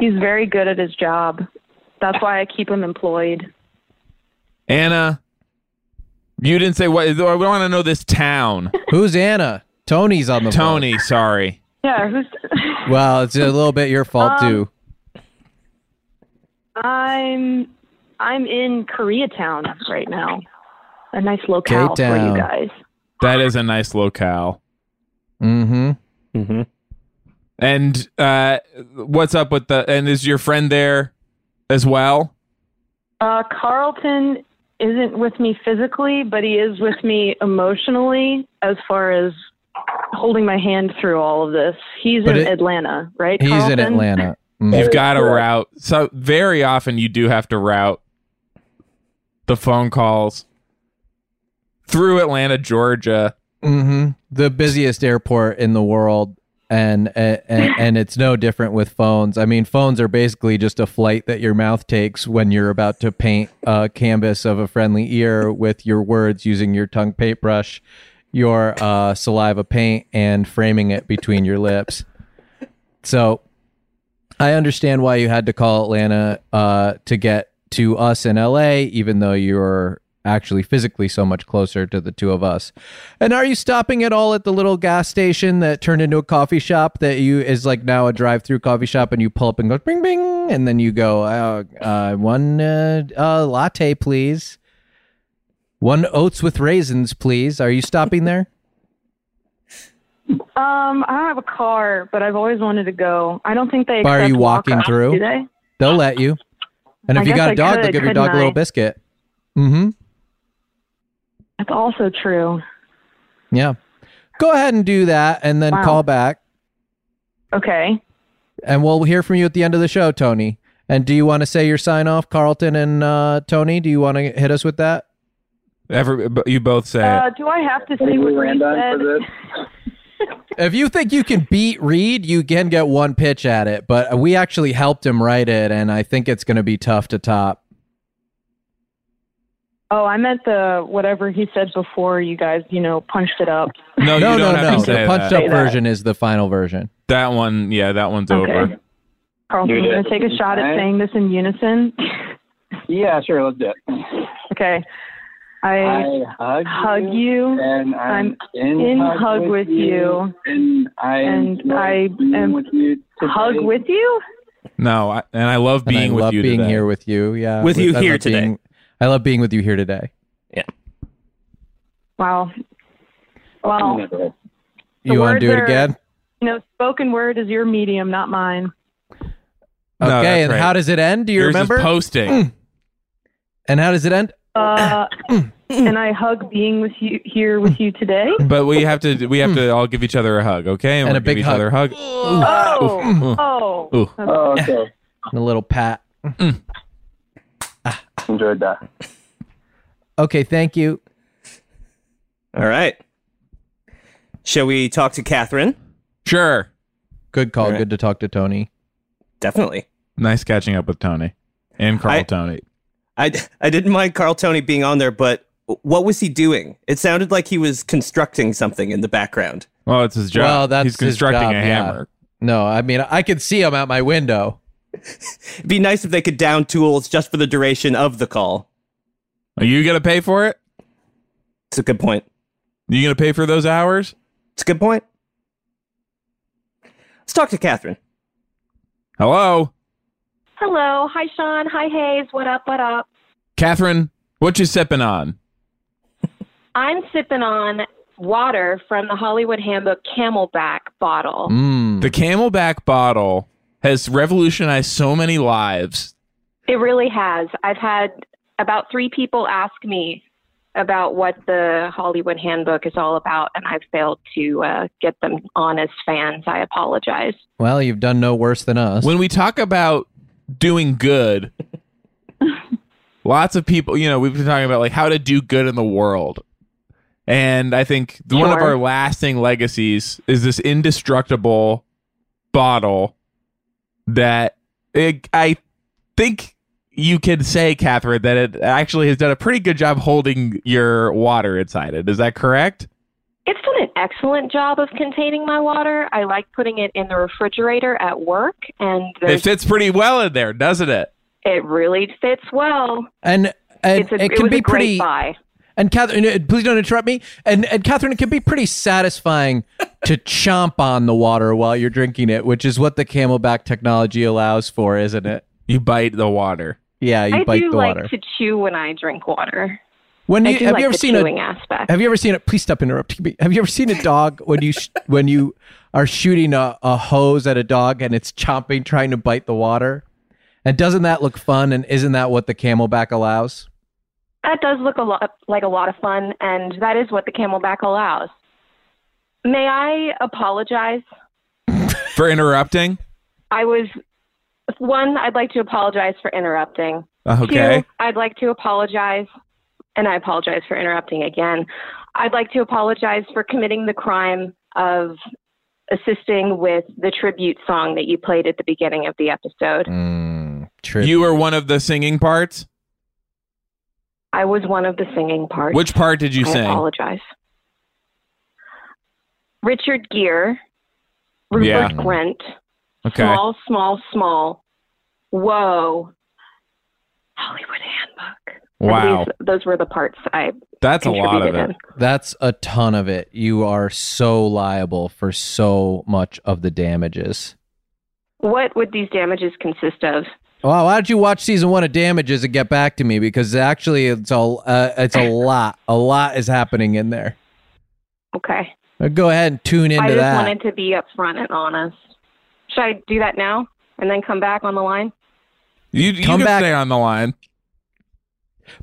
Speaker 9: He's very good at his job. That's why I keep him employed.
Speaker 2: Anna, you didn't say what. I want to know this town.
Speaker 3: Who's Anna? Tony's on the phone.
Speaker 2: Tony, sorry.
Speaker 9: Yeah, who's
Speaker 3: Well, it's a little bit your fault
Speaker 9: Um,
Speaker 3: too.
Speaker 9: I'm I'm in Koreatown right now. A nice locale for
Speaker 2: K-town.
Speaker 9: you guys.
Speaker 2: That is a nice locale.
Speaker 8: Mm-hmm. Mm-hmm.
Speaker 2: And uh, what's up with the? And is your friend there as well?
Speaker 9: Uh, Carlton isn't with me physically, but he is with me emotionally as far as holding my hand through all of this. He's
Speaker 2: But
Speaker 9: in
Speaker 2: it-
Speaker 9: Atlanta, right?
Speaker 2: he's in
Speaker 9: Carlton?
Speaker 2: Atlanta.
Speaker 3: Mm-hmm.
Speaker 2: You've got to route. So very often you do have to route the phone calls through Atlanta, Georgia.
Speaker 3: Mm-hmm. The busiest airport in the world, and and, and and it's no different with phones. I mean, phones are basically just a flight that your mouth takes when you're about to paint a canvas of a friendly ear with your words using your tongue paintbrush, your uh, saliva paint, and framing it between your lips. So I understand why you had to call Atlanta uh, to get to us in LA, even though you're actually physically so much closer to the two of us. And are you stopping at all at the little gas station that turned into a coffee shop that you is like now a drive-through coffee shop and you pull up and go bing bing and then you go uh, uh, one uh, uh, latte please. One oats with raisins please. Are you stopping there?
Speaker 9: Um, I don't have a car, but I've always wanted to go. I don't think they.
Speaker 3: Or are
Speaker 9: accept
Speaker 3: you walking
Speaker 9: walk-ups,
Speaker 3: through?
Speaker 9: Do they?
Speaker 3: They'll let you. And
Speaker 9: I
Speaker 3: if you
Speaker 9: guess
Speaker 3: got
Speaker 9: I
Speaker 3: a dog, they'll
Speaker 9: could,
Speaker 3: give your
Speaker 9: couldn't
Speaker 3: dog a little
Speaker 9: I?
Speaker 3: biscuit. Mhm.
Speaker 9: That's also true.
Speaker 3: Yeah. Go ahead and do that and then
Speaker 9: Wow.
Speaker 3: call back.
Speaker 9: Okay.
Speaker 3: And we'll hear from you at the end of the show, Tony. And do you want to say your sign off, Carlton and uh, Tony? Do you want to hit us with that?
Speaker 2: Every but you both say
Speaker 9: Uh, do I have to say what Reed said?
Speaker 3: If you think you can beat Reed, you can get one pitch at it. But we actually helped him write it, and I think it's going to be tough to top.
Speaker 9: Oh, I meant the whatever he said before. You guys, you know, punched it up.
Speaker 2: it. No,
Speaker 3: no,
Speaker 2: Oh, you don't
Speaker 3: no,
Speaker 2: have
Speaker 3: no.
Speaker 2: to say
Speaker 3: the punched
Speaker 2: that.
Speaker 3: up version is the final version.
Speaker 2: That one, yeah, that one's
Speaker 9: Okay.
Speaker 2: over.
Speaker 9: Carlton,
Speaker 2: Do
Speaker 9: you
Speaker 2: it.
Speaker 9: going to take a shot at
Speaker 2: Okay.
Speaker 9: saying this in unison?
Speaker 5: Yeah, sure, let's do it.
Speaker 9: Okay. I,
Speaker 5: I hug,
Speaker 9: you,
Speaker 5: and I'm, in,
Speaker 9: hug, with you,
Speaker 5: and I
Speaker 9: and
Speaker 5: am
Speaker 9: I am
Speaker 5: with you
Speaker 9: hug with you.
Speaker 2: No, I, and I love
Speaker 3: being
Speaker 2: with
Speaker 3: love
Speaker 2: you
Speaker 3: being
Speaker 2: today.
Speaker 3: here with you. Yeah,
Speaker 2: With you
Speaker 3: I love
Speaker 2: here today.
Speaker 3: being- I love being with you here today.
Speaker 9: Wow. Wow. The
Speaker 3: You want
Speaker 9: words
Speaker 3: to do it
Speaker 9: are-
Speaker 3: again?
Speaker 9: You know, spoken word is your medium, not mine.
Speaker 2: No, that's
Speaker 3: okay, and
Speaker 2: right.
Speaker 3: how does it end? Do you
Speaker 2: Yours is
Speaker 3: remember? Mm.
Speaker 2: posting.
Speaker 3: And how does it end?
Speaker 9: Uh, and I hug being with you here with you today.
Speaker 2: But we have to we have to all give each other a hug, okay? And, we'll
Speaker 3: Hmm. a big
Speaker 2: give each
Speaker 3: hug.
Speaker 2: other a hug.
Speaker 9: Oh, oh,
Speaker 2: Ooh.
Speaker 5: Oh, okay.
Speaker 3: And a little pat.
Speaker 5: Enjoyed that.
Speaker 3: Okay, thank you.
Speaker 8: All right. Shall we talk to Catherine?
Speaker 2: Sure.
Speaker 3: Good call.
Speaker 8: Alright.
Speaker 3: Good to talk to Tony.
Speaker 8: Definitely.
Speaker 2: Nice catching up with Tony and Carl
Speaker 8: I-
Speaker 2: Tony.
Speaker 8: I, I didn't mind Carl Tony being on there, but what was he doing? It sounded like he was constructing something in the background.
Speaker 2: Well, it's his job.
Speaker 3: Well, that's
Speaker 2: He's
Speaker 3: his
Speaker 2: constructing
Speaker 3: job,
Speaker 2: a
Speaker 3: yeah.
Speaker 2: hammer.
Speaker 3: No, I mean I could see him out my window.
Speaker 8: It'd be nice if they could down tools just for the duration of the call.
Speaker 2: Are you gonna pay for it?
Speaker 8: It's a good point.
Speaker 2: You gonna pay for those hours?
Speaker 8: It's a good point. Let's talk to Catherine.
Speaker 2: Hello,
Speaker 10: Hello. Hi, Sean. Hi, Hayes. What up? What up?
Speaker 2: Catherine. What you sipping on?
Speaker 10: I'm sipping on water from the Hollywood Handbook Camelback bottle.
Speaker 3: Mm.
Speaker 2: The Camelback bottle has revolutionized so many lives.
Speaker 10: It really has. I've had about three people ask me about what the Hollywood Handbook is all about, and I've failed to uh, get them on as fans. I apologize.
Speaker 3: Well, you've done no worse than us.
Speaker 2: When we talk about doing good, lots of people, you know, we've been talking about like how to do good in the world. And I think th- one of
Speaker 10: Sure.
Speaker 2: our lasting legacies is this indestructible bottle that it, I think you can say, Catherine, that it actually has done a pretty good job holding your water inside it. Is that correct?
Speaker 10: It's done an excellent job of containing my water. I like putting it in the refrigerator at work, and
Speaker 2: It
Speaker 10: there's,
Speaker 2: fits pretty well in there, doesn't it?
Speaker 10: it really fits well.
Speaker 3: And and
Speaker 10: It's a-
Speaker 3: it
Speaker 10: it
Speaker 3: can
Speaker 10: was
Speaker 3: be
Speaker 10: a great
Speaker 3: pretty.
Speaker 10: buy.
Speaker 3: And Catherine, uh, please don't interrupt me. And and Catherine, it can be pretty satisfying to chomp on the water while you're drinking it, which is what the Camelback technology allows for, isn't it?
Speaker 2: You bite the water.
Speaker 3: Yeah, you
Speaker 10: I
Speaker 3: bite
Speaker 10: do
Speaker 3: the
Speaker 10: like
Speaker 3: water.
Speaker 10: to chew when I drink water.
Speaker 3: When
Speaker 10: I
Speaker 3: you-
Speaker 10: do
Speaker 3: have
Speaker 10: like
Speaker 3: you ever
Speaker 10: the
Speaker 3: seen a-
Speaker 10: chewing aspect?
Speaker 3: Have you ever seen it? Please stop interrupting me. Have you ever seen a dog when you sh- when you are shooting a, a hose at a dog and it's chomping, trying to bite the water? And doesn't that look fun? And isn't that what the Camelback allows?
Speaker 10: That does look a lot like a lot of fun, and that is what the Camelback allows. May I apologize?
Speaker 2: For interrupting?
Speaker 10: I was one. I'd like to apologize for interrupting.
Speaker 2: Okay.
Speaker 10: Two, I'd like to apologize, and I apologize for interrupting again. I'd like to apologize for committing the crime of assisting with the tribute song that you played at the beginning of the
Speaker 3: Mm.
Speaker 10: episode.
Speaker 3: True.
Speaker 2: You were one of the singing parts?
Speaker 10: I was one of the singing parts.
Speaker 2: Which part did you
Speaker 10: I
Speaker 2: sing?
Speaker 10: apologize. Richard Gere, Rupert
Speaker 2: Yeah.
Speaker 10: Grint,
Speaker 2: Okay.
Speaker 10: small, small, small. Whoa.
Speaker 3: Wow.
Speaker 10: Those were the parts I
Speaker 2: That's
Speaker 10: a lot of Contributed it.
Speaker 3: That's a ton of it. You are so liable for so much of the damages.
Speaker 10: What would these damages consist of?
Speaker 3: Wow, why don't you watch season one of Damages and get back to me? Because actually, it's a uh, it's a lot. A lot is happening in there.
Speaker 10: Okay.
Speaker 3: Uh, Go ahead and tune into
Speaker 10: I just
Speaker 3: that.
Speaker 10: wanted to be upfront and honest. Should I do that now and then come back on the line?
Speaker 2: You, you
Speaker 3: Come
Speaker 2: can
Speaker 3: back.
Speaker 2: stay on the line.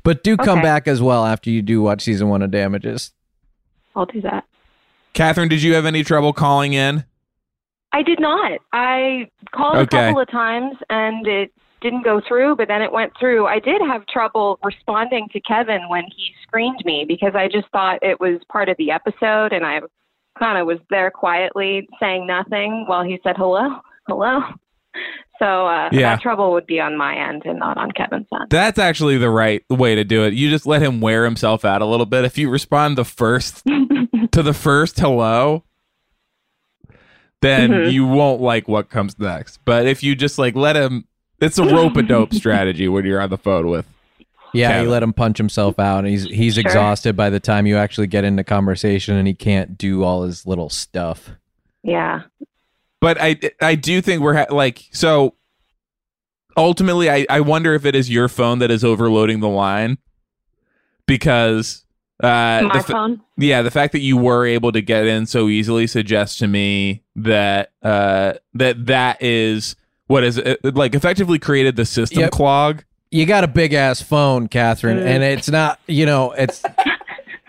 Speaker 3: But do come
Speaker 10: Okay.
Speaker 3: back as well after you do watch season one of Damages.
Speaker 10: I'll do that.
Speaker 2: Catherine, did you have any trouble calling in?
Speaker 10: I did not. I called a
Speaker 2: Okay.
Speaker 10: couple of times and it didn't go through, but then it went through. I did have trouble responding to Kevin when he screened me because I just thought it was part of the episode and I kind of was there quietly saying nothing while he said hello, hello. So uh,
Speaker 2: Yeah.
Speaker 10: that trouble would be on my end and not on Kevin's end.
Speaker 2: That's actually the right way to do it. You just let him wear himself out a little bit. If you respond the first to the first hello, then
Speaker 10: Mhm.
Speaker 2: you won't like what comes next. But if you just like let him, it's a rope a dope strategy when you're on the phone with.
Speaker 3: Yeah,
Speaker 2: Kevin.
Speaker 3: you let him punch himself out, and he's he's
Speaker 2: Sure.
Speaker 3: exhausted by the time you actually get into conversation, and he can't do all his little stuff.
Speaker 10: Yeah.
Speaker 2: but I I do think we're ha- like so. Ultimately, I I wonder if it is your phone that is overloading the line because uh,
Speaker 10: My
Speaker 2: the fa-
Speaker 10: phone?
Speaker 2: yeah, the fact that you were able to get in so easily suggests to me that uh that that is what is it, like effectively created the system
Speaker 3: Yep.
Speaker 2: clog.
Speaker 3: You got a big ass phone, Catherine,
Speaker 2: Mm.
Speaker 3: and it's not you know it's.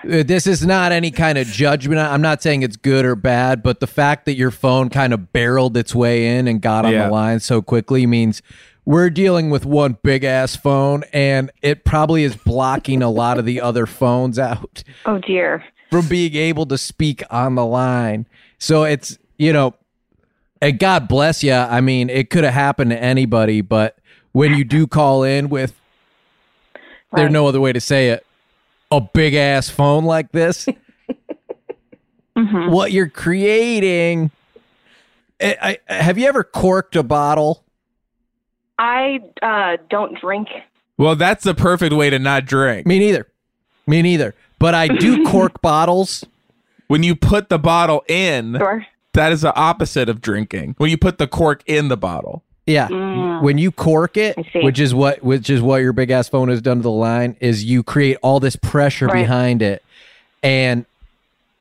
Speaker 3: This is not any kind of judgment. I'm not saying it's good or bad, but the fact that your phone kind of barreled its way in and got on
Speaker 2: Yeah.
Speaker 3: the line so quickly means we're dealing with one big ass phone, and it probably is blocking a lot of the other phones out.
Speaker 10: Oh, dear.
Speaker 3: from being able to speak on the line. So it's, you know, and God bless you. I mean, it could have happened to anybody, but when you do call in with, there's no other way to say it, a big ass phone like this, what you're creating. eh, I, I, have you ever corked a bottle?
Speaker 10: I uh, don't drink.
Speaker 2: Well, that's the perfect way to not drink.
Speaker 3: Me neither. Me neither. But I do cork bottles.
Speaker 2: When you put the bottle in,
Speaker 10: Sure.
Speaker 2: that is the opposite of drinking. When you put the cork in the bottle.
Speaker 3: Yeah. When you cork it, which is what which is what your big ass phone has done to the line, is you create all this pressure
Speaker 2: Right.
Speaker 3: behind it. And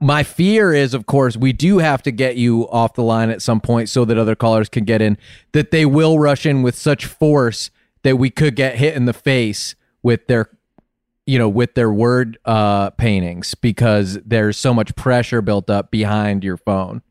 Speaker 3: my fear is, of course, we do have to get you off the line at some point so that other callers can get in, that they will rush in with such force that we could get hit in the face with their you know, with their word uh paintings because there's so much pressure built up behind your phone.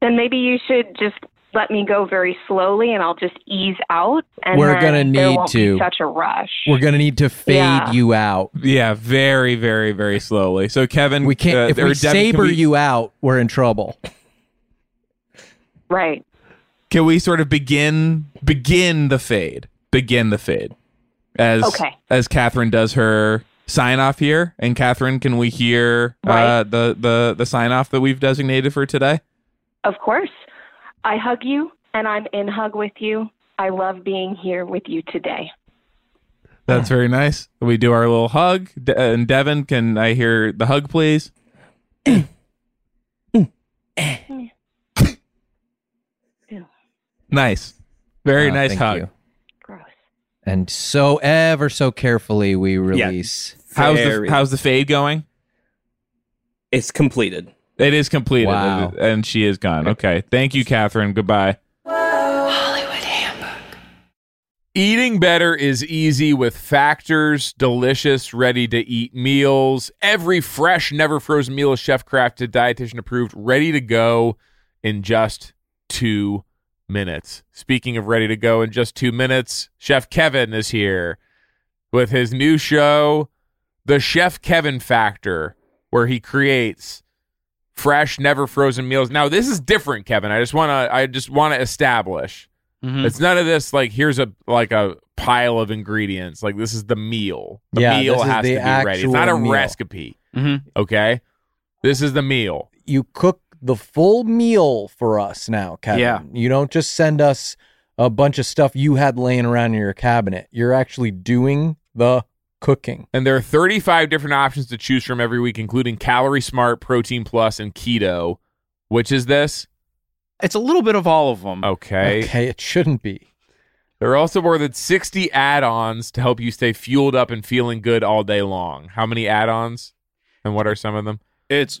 Speaker 10: Then maybe you should just let me go very slowly and I'll just ease out. And
Speaker 3: We're
Speaker 10: then
Speaker 3: gonna
Speaker 10: there
Speaker 3: need
Speaker 10: won't
Speaker 3: to.
Speaker 10: Be such a rush.
Speaker 3: We're gonna need to fade
Speaker 10: Yeah.
Speaker 3: you out.
Speaker 2: Yeah, very, very, very slowly. So Kevin,
Speaker 3: We can't.
Speaker 2: uh,
Speaker 3: if
Speaker 2: or Devin,
Speaker 3: we
Speaker 2: can
Speaker 3: saber
Speaker 2: we-
Speaker 3: you out, we're in trouble.
Speaker 10: Right.
Speaker 2: Can we sort of begin begin the fade? Begin the fade. As
Speaker 10: Okay.
Speaker 2: as Catherine does her sign off here. And Catherine, can we hear uh, the the the sign off that we've designated for today?
Speaker 10: Of course. I hug you and I'm in hug with you. I love being here with you today.
Speaker 2: That's very nice. We do our little hug. De- uh, and Devin, can I hear the hug, please? nice. Very
Speaker 3: Uh,
Speaker 2: nice
Speaker 3: thank
Speaker 2: hug.
Speaker 3: you. And so ever so carefully we release.
Speaker 2: How's the how's the fade going?
Speaker 8: It's completed.
Speaker 2: It is completed.
Speaker 3: Wow.
Speaker 2: And, and she is gone. Okay. Thank you, Catherine. Goodbye. Eating better is easy with factors, delicious, ready to eat meals. Every fresh, never frozen meal is chef crafted, dietitian approved, ready to go in just two minutes. Speaking of ready to go in just two minutes, Chef Kevin is here with his new show, The Chef Kevin Factor, where he creates fresh, never frozen meals. Now, this is different, Kevin. I just want to I just want to establish it's none of this like here's a like a pile of ingredients. Like this is the meal. The
Speaker 3: Yeah,
Speaker 2: meal
Speaker 3: this is
Speaker 2: has
Speaker 3: the
Speaker 2: to be ready. It's not a
Speaker 3: actual meal.
Speaker 2: recipe. Okay? This is the meal.
Speaker 3: You cook the full meal for us now, Kevin.
Speaker 2: Yeah.
Speaker 3: You don't just send us a bunch of stuff you had laying around in your cabinet. You're actually doing the cooking.
Speaker 2: And there are 35 different options to choose from every week, including Calorie Smart, Protein Plus, and Keto. Which is this?
Speaker 7: It's a little bit of all of them.
Speaker 2: Okay.
Speaker 3: Okay, it shouldn't be.
Speaker 2: There are also more than 60 add ons to help you stay fueled up and feeling good all day long. How many add ons? And what are some of them?
Speaker 11: It's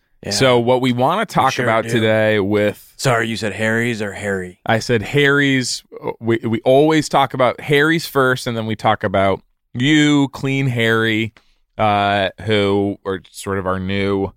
Speaker 2: So what we want to talk
Speaker 12: sure
Speaker 2: about
Speaker 12: do.
Speaker 2: today with
Speaker 12: Sorry, you said Harry's or Harry?
Speaker 2: I said Harry's. uh, We we always talk about Harry's first, and then we talk about you, Clean Harry, uh, who are sort of our new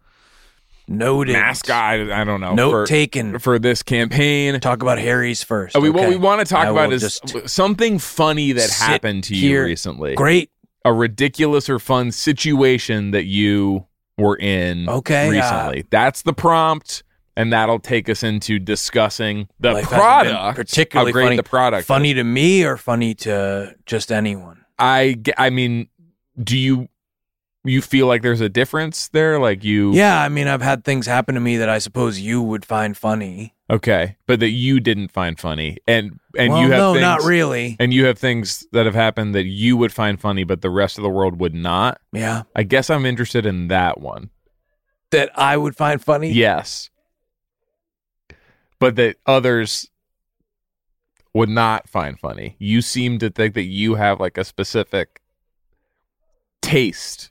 Speaker 12: Noted.
Speaker 2: mascot. I don't know.
Speaker 12: Note
Speaker 2: for-
Speaker 12: taken.
Speaker 2: for this campaign.
Speaker 12: Talk about Harry's first.
Speaker 2: Uh, we, What we
Speaker 12: okay?
Speaker 2: want to talk
Speaker 12: I
Speaker 2: about
Speaker 12: will
Speaker 2: is
Speaker 12: just-
Speaker 2: something funny that
Speaker 12: sit
Speaker 2: happened to
Speaker 12: here.
Speaker 2: you recently.
Speaker 12: Great.
Speaker 2: A ridiculous or fun situation that you were in
Speaker 12: Okay, uh,
Speaker 2: recently. That's the prompt, and that'll take us into discussing the
Speaker 12: life hasn't been
Speaker 2: product, how
Speaker 12: particularly
Speaker 2: great
Speaker 12: funny.
Speaker 2: the product.
Speaker 12: Funny to me or funny to just anyone?
Speaker 2: I ge- I mean, do you you feel like there's a difference there? Like you
Speaker 12: Yeah, I mean, I've had things happen to me that I suppose you would find funny.
Speaker 2: okay, but that you didn't find funny, and and
Speaker 12: Well,
Speaker 2: you have
Speaker 12: no,
Speaker 2: things,
Speaker 12: not really.
Speaker 2: and you have things that have happened that you would find funny, but the rest of the world would not.
Speaker 12: Yeah.
Speaker 2: I guess I'm interested in that one.
Speaker 12: That I would find funny.
Speaker 2: Yes, but that others would not find funny. You seem to think that you have like a specific taste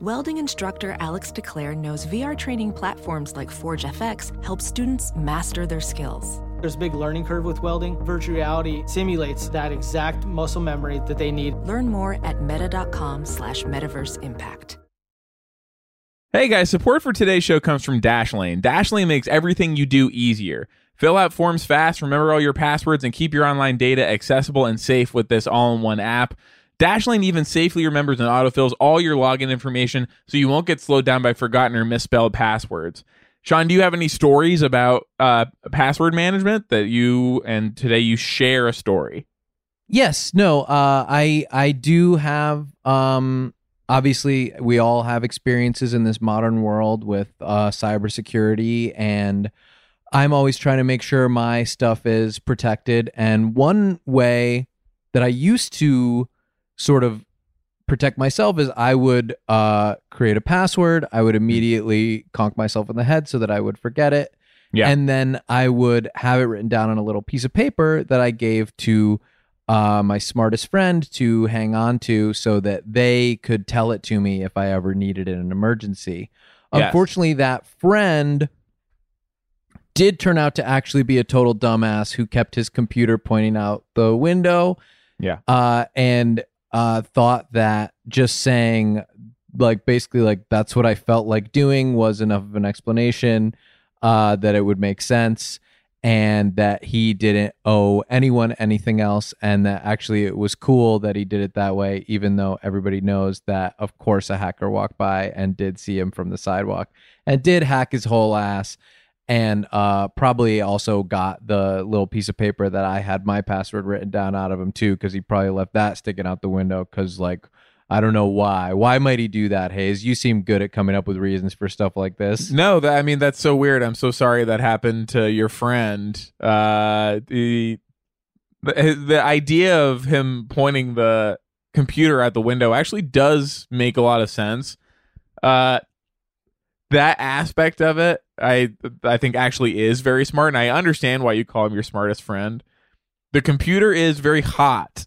Speaker 1: Welding instructor Alex DeClaire knows VR training platforms like ForgeFX help students master their skills.
Speaker 13: There's a big learning curve with welding. Virtual reality simulates that exact muscle memory that they need.
Speaker 1: Learn more at meta.com slash metaverse impact.
Speaker 2: Hey guys, support for today's show comes from Dashlane. Dashlane makes everything you do easier. Fill out forms fast, remember all your passwords, and keep your online data accessible and safe with this all in one app. Dashlane even safely remembers and autofills all your login information so you won't get slowed down by forgotten or misspelled passwords. Sean, do you have any stories about uh, password management that you and today you share a story?
Speaker 3: Yes, no, uh, I I do have. Um, obviously, we all have experiences in this modern world with uh, cybersecurity, and I'm always trying to make sure my stuff is protected. And one way that I used to sort of protect myself is I would uh, create a password. I would immediately conk myself in the head so that I would forget it.
Speaker 2: Yeah.
Speaker 3: And then I would have it written down on a little piece of paper that I gave to uh, my smartest friend to hang on to so that they could tell it to me if I ever needed it in an emergency.
Speaker 2: Yes.
Speaker 3: Unfortunately, that friend did turn out to actually be a total dumbass who kept his computer pointing out the window
Speaker 2: Yeah.
Speaker 3: uh, and uh, thought that just saying, like, basically, like, that's what I felt like doing was enough of an explanation uh, that it would make sense and that he didn't owe anyone anything else and that actually it was cool that he did it that way, even though everybody knows that, of course, a hacker walked by and did see him from the sidewalk and did hack his whole ass. And uh, probably also got the little piece of paper that I had my password written down out of him too, because he probably left that sticking out the window. Because like, I don't know why. Why might he do that, Hayes? You seem good at coming up with reasons for stuff like this.
Speaker 2: No, that I mean that's so weird. I'm so sorry that happened to your friend. Uh, the the the idea of him pointing the computer at the window actually does make a lot of sense. Uh, that aspect of it, I I think actually is very smart, and I understand why you call him your smartest friend. The computer is very hot.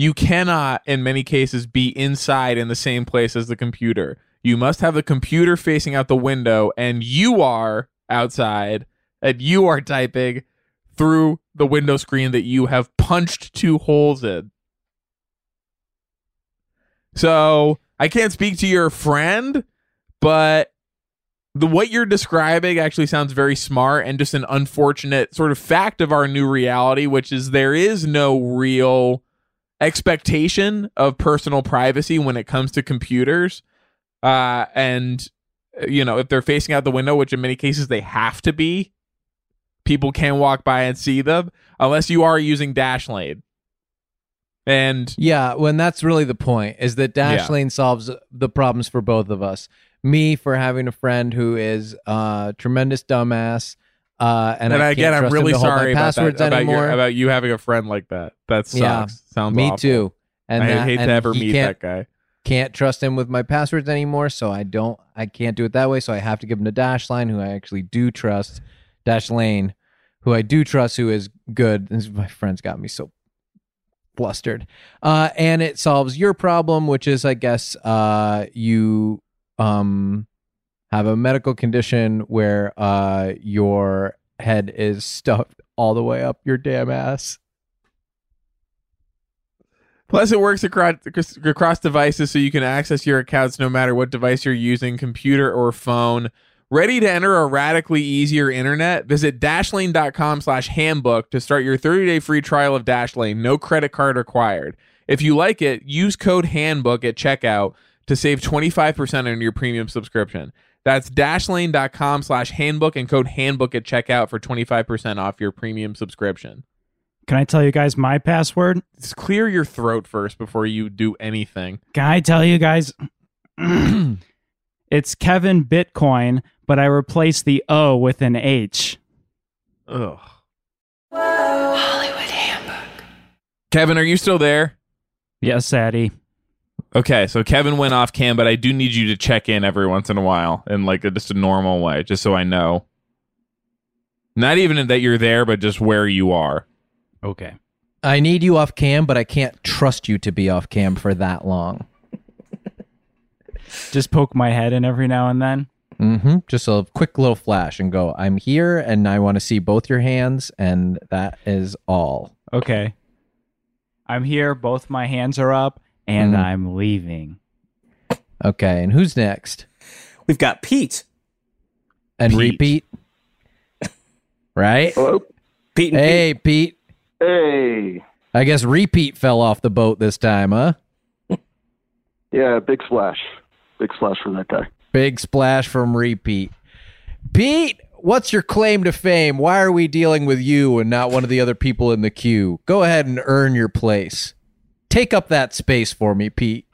Speaker 2: You cannot, in many cases, be inside in the same place as the computer. You must have the computer facing out the window, and you are outside, and you are typing through the window screen that you have punched two holes in. So I can't speak to your friend, but the what you're describing actually sounds very smart and just an unfortunate sort of fact of our new reality, which is there is no real expectation of personal privacy when it comes to computers. Uh, and uh, you know, if they're facing out the window, which in many cases they have to be, people can walk by and see them unless you are using Dashlane. And
Speaker 3: Yeah, when that's really the point is that
Speaker 2: Yeah.
Speaker 3: Dashlane solves the problems for both of us. Me for having a friend who is uh, tremendous dumbass, uh, and,
Speaker 2: and,
Speaker 3: I
Speaker 2: again,
Speaker 3: can't
Speaker 2: I'm
Speaker 3: trust him
Speaker 2: really
Speaker 3: to hold my
Speaker 2: sorry about that,
Speaker 3: passwords
Speaker 2: about,
Speaker 3: anymore.
Speaker 2: your, about you having a friend like that. That sucks.
Speaker 3: Yeah,
Speaker 2: Sounds
Speaker 3: me
Speaker 2: awful.
Speaker 3: too. And
Speaker 2: I
Speaker 3: that-
Speaker 2: hate
Speaker 3: and
Speaker 2: to ever
Speaker 3: he
Speaker 2: meet
Speaker 3: can't-
Speaker 2: that guy.
Speaker 3: Can't trust him with my passwords anymore, so I don't. I can't do it that way. So I have to give him to Dashline, who I actually do trust. Dashlane, who I do trust, who is good. This, my friend's got me so flustered. Uh, and it solves your problem, which is, I guess, uh, you um, have a medical condition where uh, your head is stuffed all the way up your damn ass.
Speaker 2: Plus, it works across, across devices so you can access your accounts no matter what device you're using, computer or phone. Ready to enter a radically easier internet? Visit dashlane.com slash handbook to start your 30-day free trial of Dashlane. No credit card required. If you like it, use code handbook at checkout to save 25% on your premium subscription. That's dashlane.com slash handbook and code handbook at checkout for 25% off your premium subscription.
Speaker 7: Can I tell you guys my password?
Speaker 2: Just clear your throat first before you do anything.
Speaker 7: Can I tell you guys? it's Kevin Bitcoin, but I replaced the O with an H.
Speaker 2: Ugh. Kevin, are you still there?
Speaker 7: Yes, Addy.
Speaker 2: Okay, so Kevin went off cam, but I do need you to check in every once in a while in like a, just a normal way, just so I know. Not even that you're there, but just where you are.
Speaker 7: Okay.
Speaker 3: I need you off cam, but I can't trust you to be off cam for that long.
Speaker 7: Just poke my head in every now and then.
Speaker 3: hmm Just a quick little flash and go, I'm here and I want to see both your hands. And that is all.
Speaker 7: Okay. I'm here. Both my hands are up, and uh,
Speaker 3: Mhm.
Speaker 7: I'm leaving.
Speaker 3: Okay. And who's next?
Speaker 8: We've got Pete.
Speaker 3: And repeat. Right?
Speaker 14: Hello?
Speaker 8: Pete
Speaker 14: and
Speaker 3: Hey, Pete.
Speaker 14: Hey.
Speaker 3: I guess repeat fell off the boat this time, huh?
Speaker 14: Yeah, big splash. Big splash from that guy.
Speaker 3: Big splash from repeat. Pete, what's your claim to fame? Why are we dealing with you and not one of the other people in the queue? Go ahead and earn your place. Take up that space for me, Pete.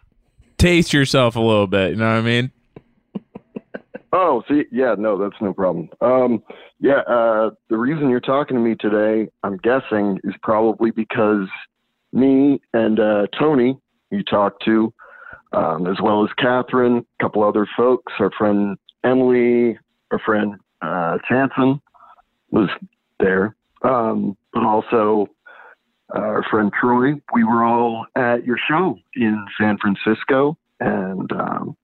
Speaker 2: Taste yourself a little bit. You know what I mean?
Speaker 14: Oh, see, yeah, no, that's no problem. Um, yeah, uh, the reason you're talking to me today, I'm guessing, is probably because me and uh, Tony, you talked to, um, as well as Catherine, a couple other folks, our friend Emily, our friend uh, Chanson was there, um, but also uh, our friend Troy. We were all at your show in San Francisco, and um,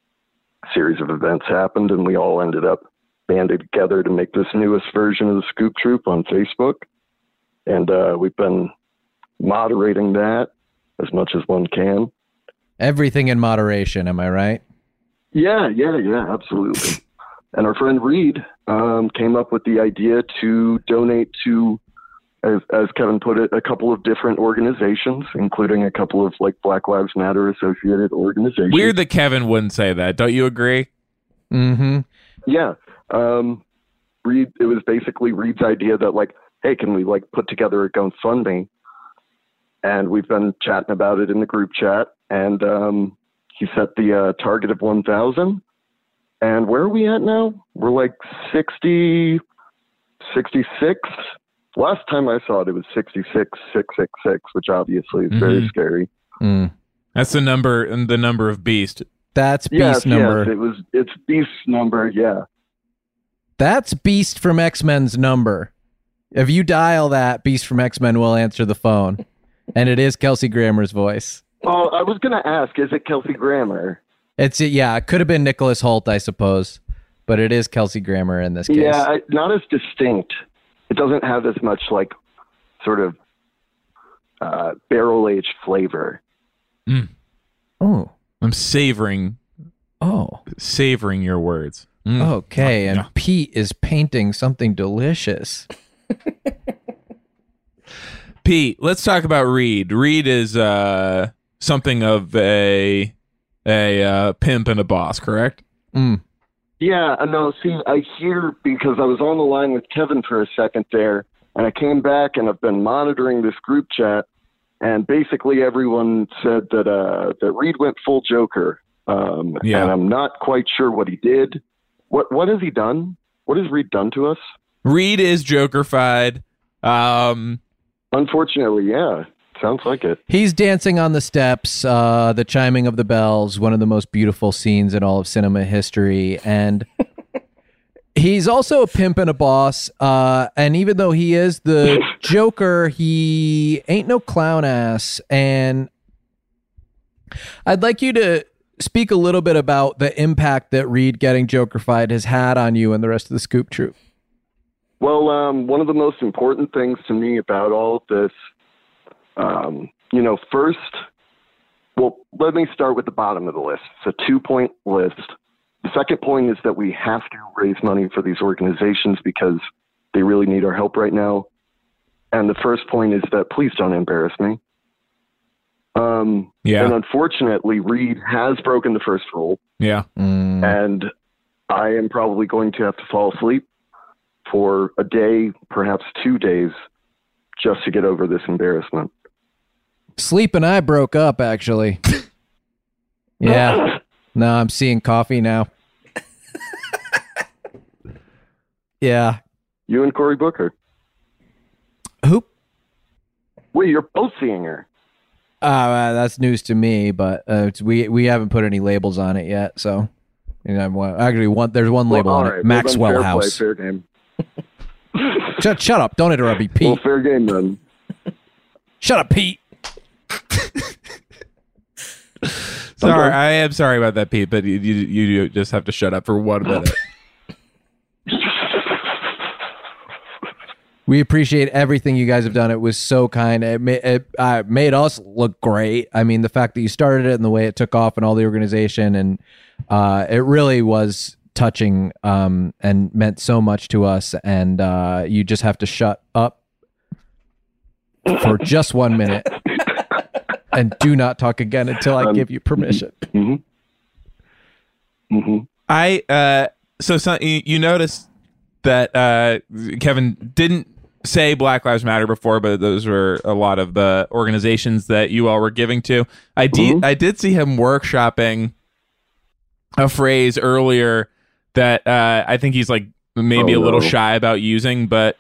Speaker 14: series of events happened, and we all ended up banded together to make this newest version of the Scoop Troop on Facebook. And uh, we've been moderating that as much as one can.
Speaker 3: Everything in moderation, am I right?
Speaker 14: Yeah, yeah, yeah, absolutely. and our friend Reed um, came up with the idea to donate to, as, as Kevin put it, a couple of different organizations, including a couple of like Black Lives Matter associated organizations.
Speaker 2: Weird that Kevin wouldn't say that. Don't you agree?
Speaker 3: Mm-hmm.
Speaker 14: Yeah. Um, Reed, it was basically Reed's idea that like, hey, can we like put together a GoFundMe? And we've been chatting about it in the group chat, and um, he set the uh, target of 1,000. And where are we at now? We're like 60, 66. Last time I saw it, it was 66666, which obviously is very
Speaker 3: Mm-hmm.
Speaker 2: Mhm.
Speaker 14: scary.
Speaker 2: That's the number and the number of beast.
Speaker 3: Mm. That's beast
Speaker 14: yes,
Speaker 3: number.
Speaker 14: yes, it was. It's beast number. Yeah.
Speaker 3: That's Beast from X Men's number. If you dial that, Beast from X Men will answer the phone. And it is Kelsey Grammer's voice.
Speaker 14: Oh, I was gonna ask, is it Kelsey Grammer?
Speaker 3: It's yeah, it could have been Nicholas Holt, I suppose, but it is Kelsey Grammer in this case.
Speaker 14: Yeah, I, not as distinct. It doesn't have as much like sort of uh, barrel aged flavor.
Speaker 3: Oh.
Speaker 2: I'm savoring.
Speaker 3: Oh.
Speaker 2: Savoring your words. Mm.
Speaker 3: Okay, and Pete is painting something delicious.
Speaker 2: Pete, let's talk about Reed. Reed is uh, something of a a uh, pimp and a boss, correct?
Speaker 14: Yeah, uh, no. See, I hear because I was on the line with Kevin for a second there, and I came back and I've been monitoring this group chat, and basically everyone said that uh, that Reed went full Joker. Um,
Speaker 2: Yeah.
Speaker 14: And I'm not quite sure what he did. What what has he done? What has Reed done to us?
Speaker 2: Reed is Jokerfied. Um,
Speaker 14: Unfortunately, yeah, sounds like it.
Speaker 3: He's dancing on the steps, uh, the chiming of the bells, one of the most beautiful scenes in all of cinema history. And he's also a pimp and a boss. Uh, and even though he is the Joker, he ain't no clown ass. And I'd like you to speak a little bit about the impact that Reed getting Jokerfied has had on you and the rest of the Scoop Troop.
Speaker 14: Well, um, one of the most important things to me about all of this, um, you know, first, well, let me start with the bottom of the list. It's a two point list. The second point is that we have to raise money for these organizations because they really need our help right now. And the first point is that please don't embarrass me. Um,
Speaker 2: Yeah.
Speaker 14: And unfortunately, Reed has broken the first rule
Speaker 2: yeah.
Speaker 14: Mm.
Speaker 3: Mm.
Speaker 14: and I am probably going to have to fall asleep for a day, perhaps two days, just to get over this embarrassment.
Speaker 3: Sleep and I broke up, actually. yeah. No, I'm seeing coffee now. yeah.
Speaker 14: You and Cory Booker.
Speaker 3: Who?
Speaker 14: Wait, you're both seeing her.
Speaker 3: Uh, uh, that's news to me, but uh, it's, we we haven't put any labels on it yet. So, you know, I want- actually, one there's one label
Speaker 14: Well, all
Speaker 3: on
Speaker 14: right,
Speaker 3: it:
Speaker 14: well, then
Speaker 3: Maxwell
Speaker 14: fair
Speaker 3: House.
Speaker 14: Play, fair game.
Speaker 3: Shut, shut up! Don't interrupt me, Pete.
Speaker 14: Well, fair game then.
Speaker 3: Shut up, Pete.
Speaker 2: Sorry, I am sorry about that, Pete. But you, you you just have to shut up for one minute.
Speaker 3: We appreciate everything you guys have done. It was so kind. It, ma- it uh, made us look great. I mean, the fact that you started it and the way it took off and all the organization and uh, it really was touching um, and meant so much to us. And uh, you just have to shut up for just one minute and do not talk again until
Speaker 14: Um,
Speaker 3: I give you permission.
Speaker 14: mm-hmm.
Speaker 2: I uh so some, you, you noticed that uh Kevin didn't say Black Lives Matter before, but those were a lot of the organizations that you all were giving to. I did
Speaker 15: Mm-hmm.
Speaker 2: I did see him workshopping a phrase earlier that uh I think he's like maybe
Speaker 15: Oh,
Speaker 2: a little
Speaker 15: no.
Speaker 2: shy about using, but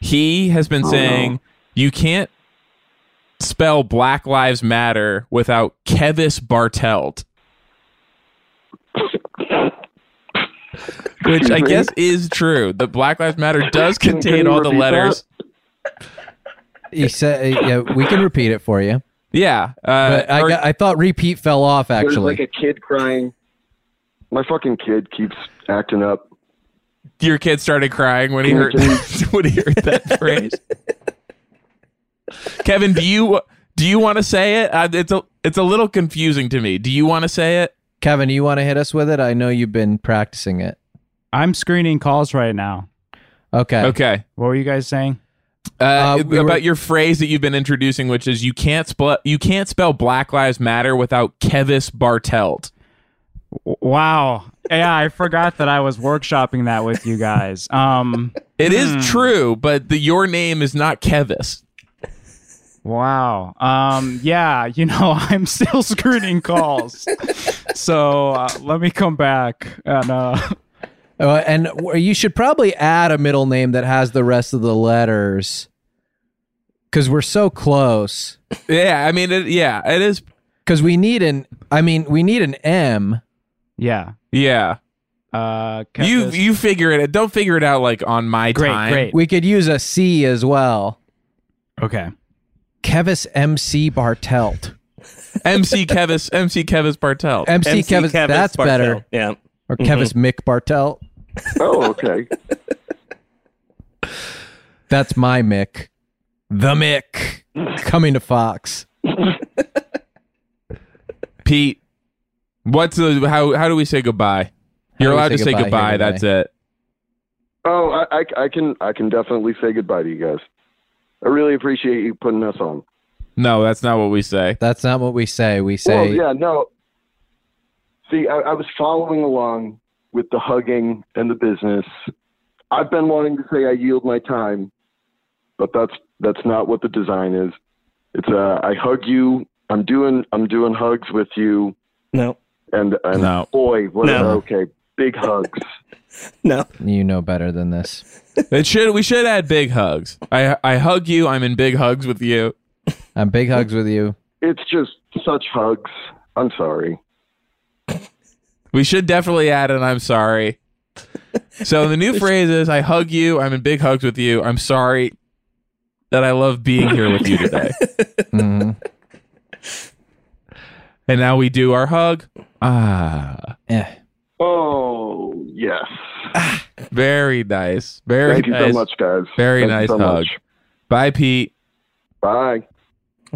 Speaker 2: he has been
Speaker 15: Oh,
Speaker 2: saying you can't spell Black Lives Matter without Kevis Bartelt. Which I
Speaker 15: Excuse me?
Speaker 2: guess is true. The Black Lives Matter does
Speaker 15: Can- can
Speaker 2: contain
Speaker 15: you
Speaker 2: all the
Speaker 15: repeat
Speaker 2: letters.
Speaker 3: He said, yeah, we can repeat it for you.
Speaker 2: Yeah. Uh,
Speaker 3: but I, got, I thought repeat fell off,
Speaker 14: There's
Speaker 3: actually.
Speaker 14: like a kid crying. My fucking kid keeps acting up.
Speaker 2: Your kid started crying when he heard when he heard that phrase. Kevin, do you do you want to say it? Uh, it's a it's a little confusing to me. Do you want to say it?
Speaker 3: Kevin, you want to hit us with it? I know you've been practicing it.
Speaker 7: I'm screening calls right now.
Speaker 3: Okay.
Speaker 2: Okay.
Speaker 7: What were you guys saying?
Speaker 2: Uh,
Speaker 7: we
Speaker 2: about
Speaker 7: were-
Speaker 2: your phrase that you've been introducing, which is you can't spell you can't spell Black Lives Matter without Kevis Bartelt.
Speaker 7: Wow. Yeah, I forgot that I was workshopping that with you guys. Um
Speaker 2: It is true, but the your name is not Kevis.
Speaker 7: Wow. Um yeah, you know, I'm still screening calls. so, uh, let me come back and uh
Speaker 3: Uh, and w- you should probably add a middle name that has the rest of the letters because we're so close.
Speaker 2: Yeah, I mean, it, yeah, it is.
Speaker 3: Because we need an, I mean, we need an M.
Speaker 7: Yeah.
Speaker 2: Yeah.
Speaker 7: Uh,
Speaker 2: you you figure it. out. Don't figure it out like on my time.
Speaker 3: We could use a C as well.
Speaker 7: Okay.
Speaker 3: Kevis MC Bartelt.
Speaker 2: MC Kevis MC Kevis Bartelt.
Speaker 3: MC MC Kevis- Kevis that's Bartelt. better.
Speaker 8: Yeah.
Speaker 3: Or Kevis Mick Bartelt.
Speaker 14: Oh, okay.
Speaker 3: That's my Mick. The Mick. Coming to Fox.
Speaker 2: Pete, what's the how how do we say goodbye?
Speaker 3: How
Speaker 2: You're
Speaker 3: do we
Speaker 2: allowed
Speaker 3: say
Speaker 2: to say
Speaker 3: goodbye
Speaker 2: goodbye.
Speaker 3: here
Speaker 2: that's
Speaker 3: today?
Speaker 2: it.
Speaker 14: Oh, I, I, I can I can definitely say goodbye to you guys. I really appreciate you putting us on.
Speaker 2: No, that's not what we say.
Speaker 3: That's not what we say. We
Speaker 14: Well,
Speaker 3: say
Speaker 14: yeah, no. See, I, I was following along with the hugging and the business. I've been wanting to say I yield my time, but that's that's not what the design is. It's uh, I hug you. I'm doing I'm doing hugs with you.
Speaker 8: No.
Speaker 14: And and
Speaker 8: No.
Speaker 14: boy, what a-
Speaker 8: No.
Speaker 14: okay, big hugs.
Speaker 8: no.
Speaker 3: you know better than this.
Speaker 2: It should we should add big hugs. I I hug you. I'm in big hugs with you.
Speaker 3: I'm big hugs with you.
Speaker 14: It's just such hugs. I'm sorry.
Speaker 2: We should definitely add an I'm sorry. So the new phrase is I hug you. I'm in big hugs with you. I'm sorry that I love being here with you today.
Speaker 3: Mm-hmm.
Speaker 2: And now we do our hug. Ah,
Speaker 3: yeah.
Speaker 14: Oh yes.
Speaker 2: Very nice. Very
Speaker 14: Thank you so
Speaker 2: nice.
Speaker 14: much, guys.
Speaker 2: Very
Speaker 14: Thank you
Speaker 2: nice
Speaker 14: so
Speaker 2: hug.
Speaker 14: much.
Speaker 2: Bye, Pete.
Speaker 14: Bye.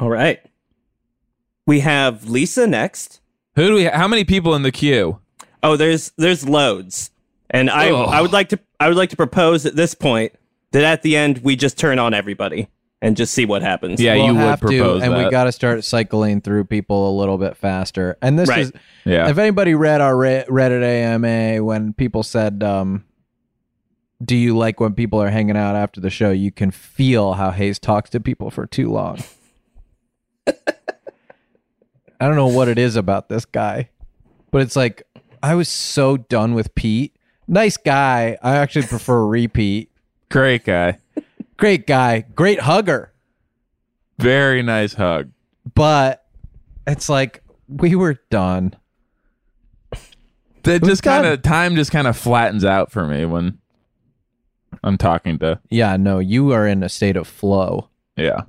Speaker 8: All right. We have Lisa next.
Speaker 2: Who do we? How many people in the queue? Oh.
Speaker 8: Oh, there's there's loads, and I
Speaker 2: Ugh.
Speaker 8: I would like to I would like to propose at this point that at the end we just turn on everybody and just see what happens.
Speaker 3: We'll have to, and we got to start cycling through people a little bit faster. And this
Speaker 8: Right.
Speaker 3: is,
Speaker 8: Yeah.
Speaker 3: If anybody read our Re- Reddit AMA when people said, um, "Do you like when people are hanging out after the show?" You can feel how Hayes talks to people for too long. I don't know what it is about this guy, but it's like I was so done with Pete. Nice guy. I actually prefer repeat.
Speaker 2: Great guy.
Speaker 3: Great guy. Great hugger.
Speaker 2: Very nice hug.
Speaker 3: But it's like we were done.
Speaker 2: That just kind of time just kind of flattens out for me when I'm talking to.
Speaker 3: Yeah, no, you are in a state of flow.
Speaker 2: Yeah.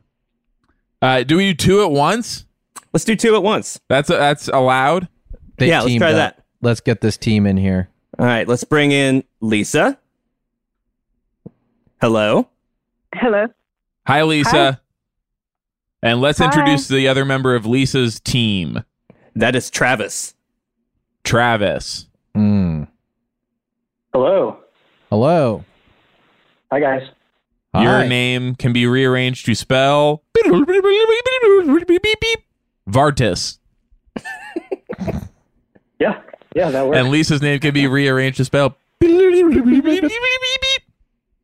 Speaker 2: Uh, do we do two at once?
Speaker 8: Let's do two at once.
Speaker 2: That's that's allowed.
Speaker 3: They
Speaker 8: yeah, let's
Speaker 3: teamed
Speaker 8: try
Speaker 3: up.
Speaker 8: that.
Speaker 3: Let's get this team in here.
Speaker 8: All right, let's bring in Lisa. Hello.
Speaker 6: Hello.
Speaker 2: Hi, Lisa. And let's
Speaker 6: Hi.
Speaker 2: introduce the other member of Lisa's team. That is Travis. Travis.
Speaker 16: Hello.
Speaker 3: Hello.
Speaker 16: Hi, guys.
Speaker 2: Your name can be rearranged to spell Vartis.
Speaker 16: Yeah. Yeah, that works.
Speaker 2: And Lisa's name can be rearranged to spell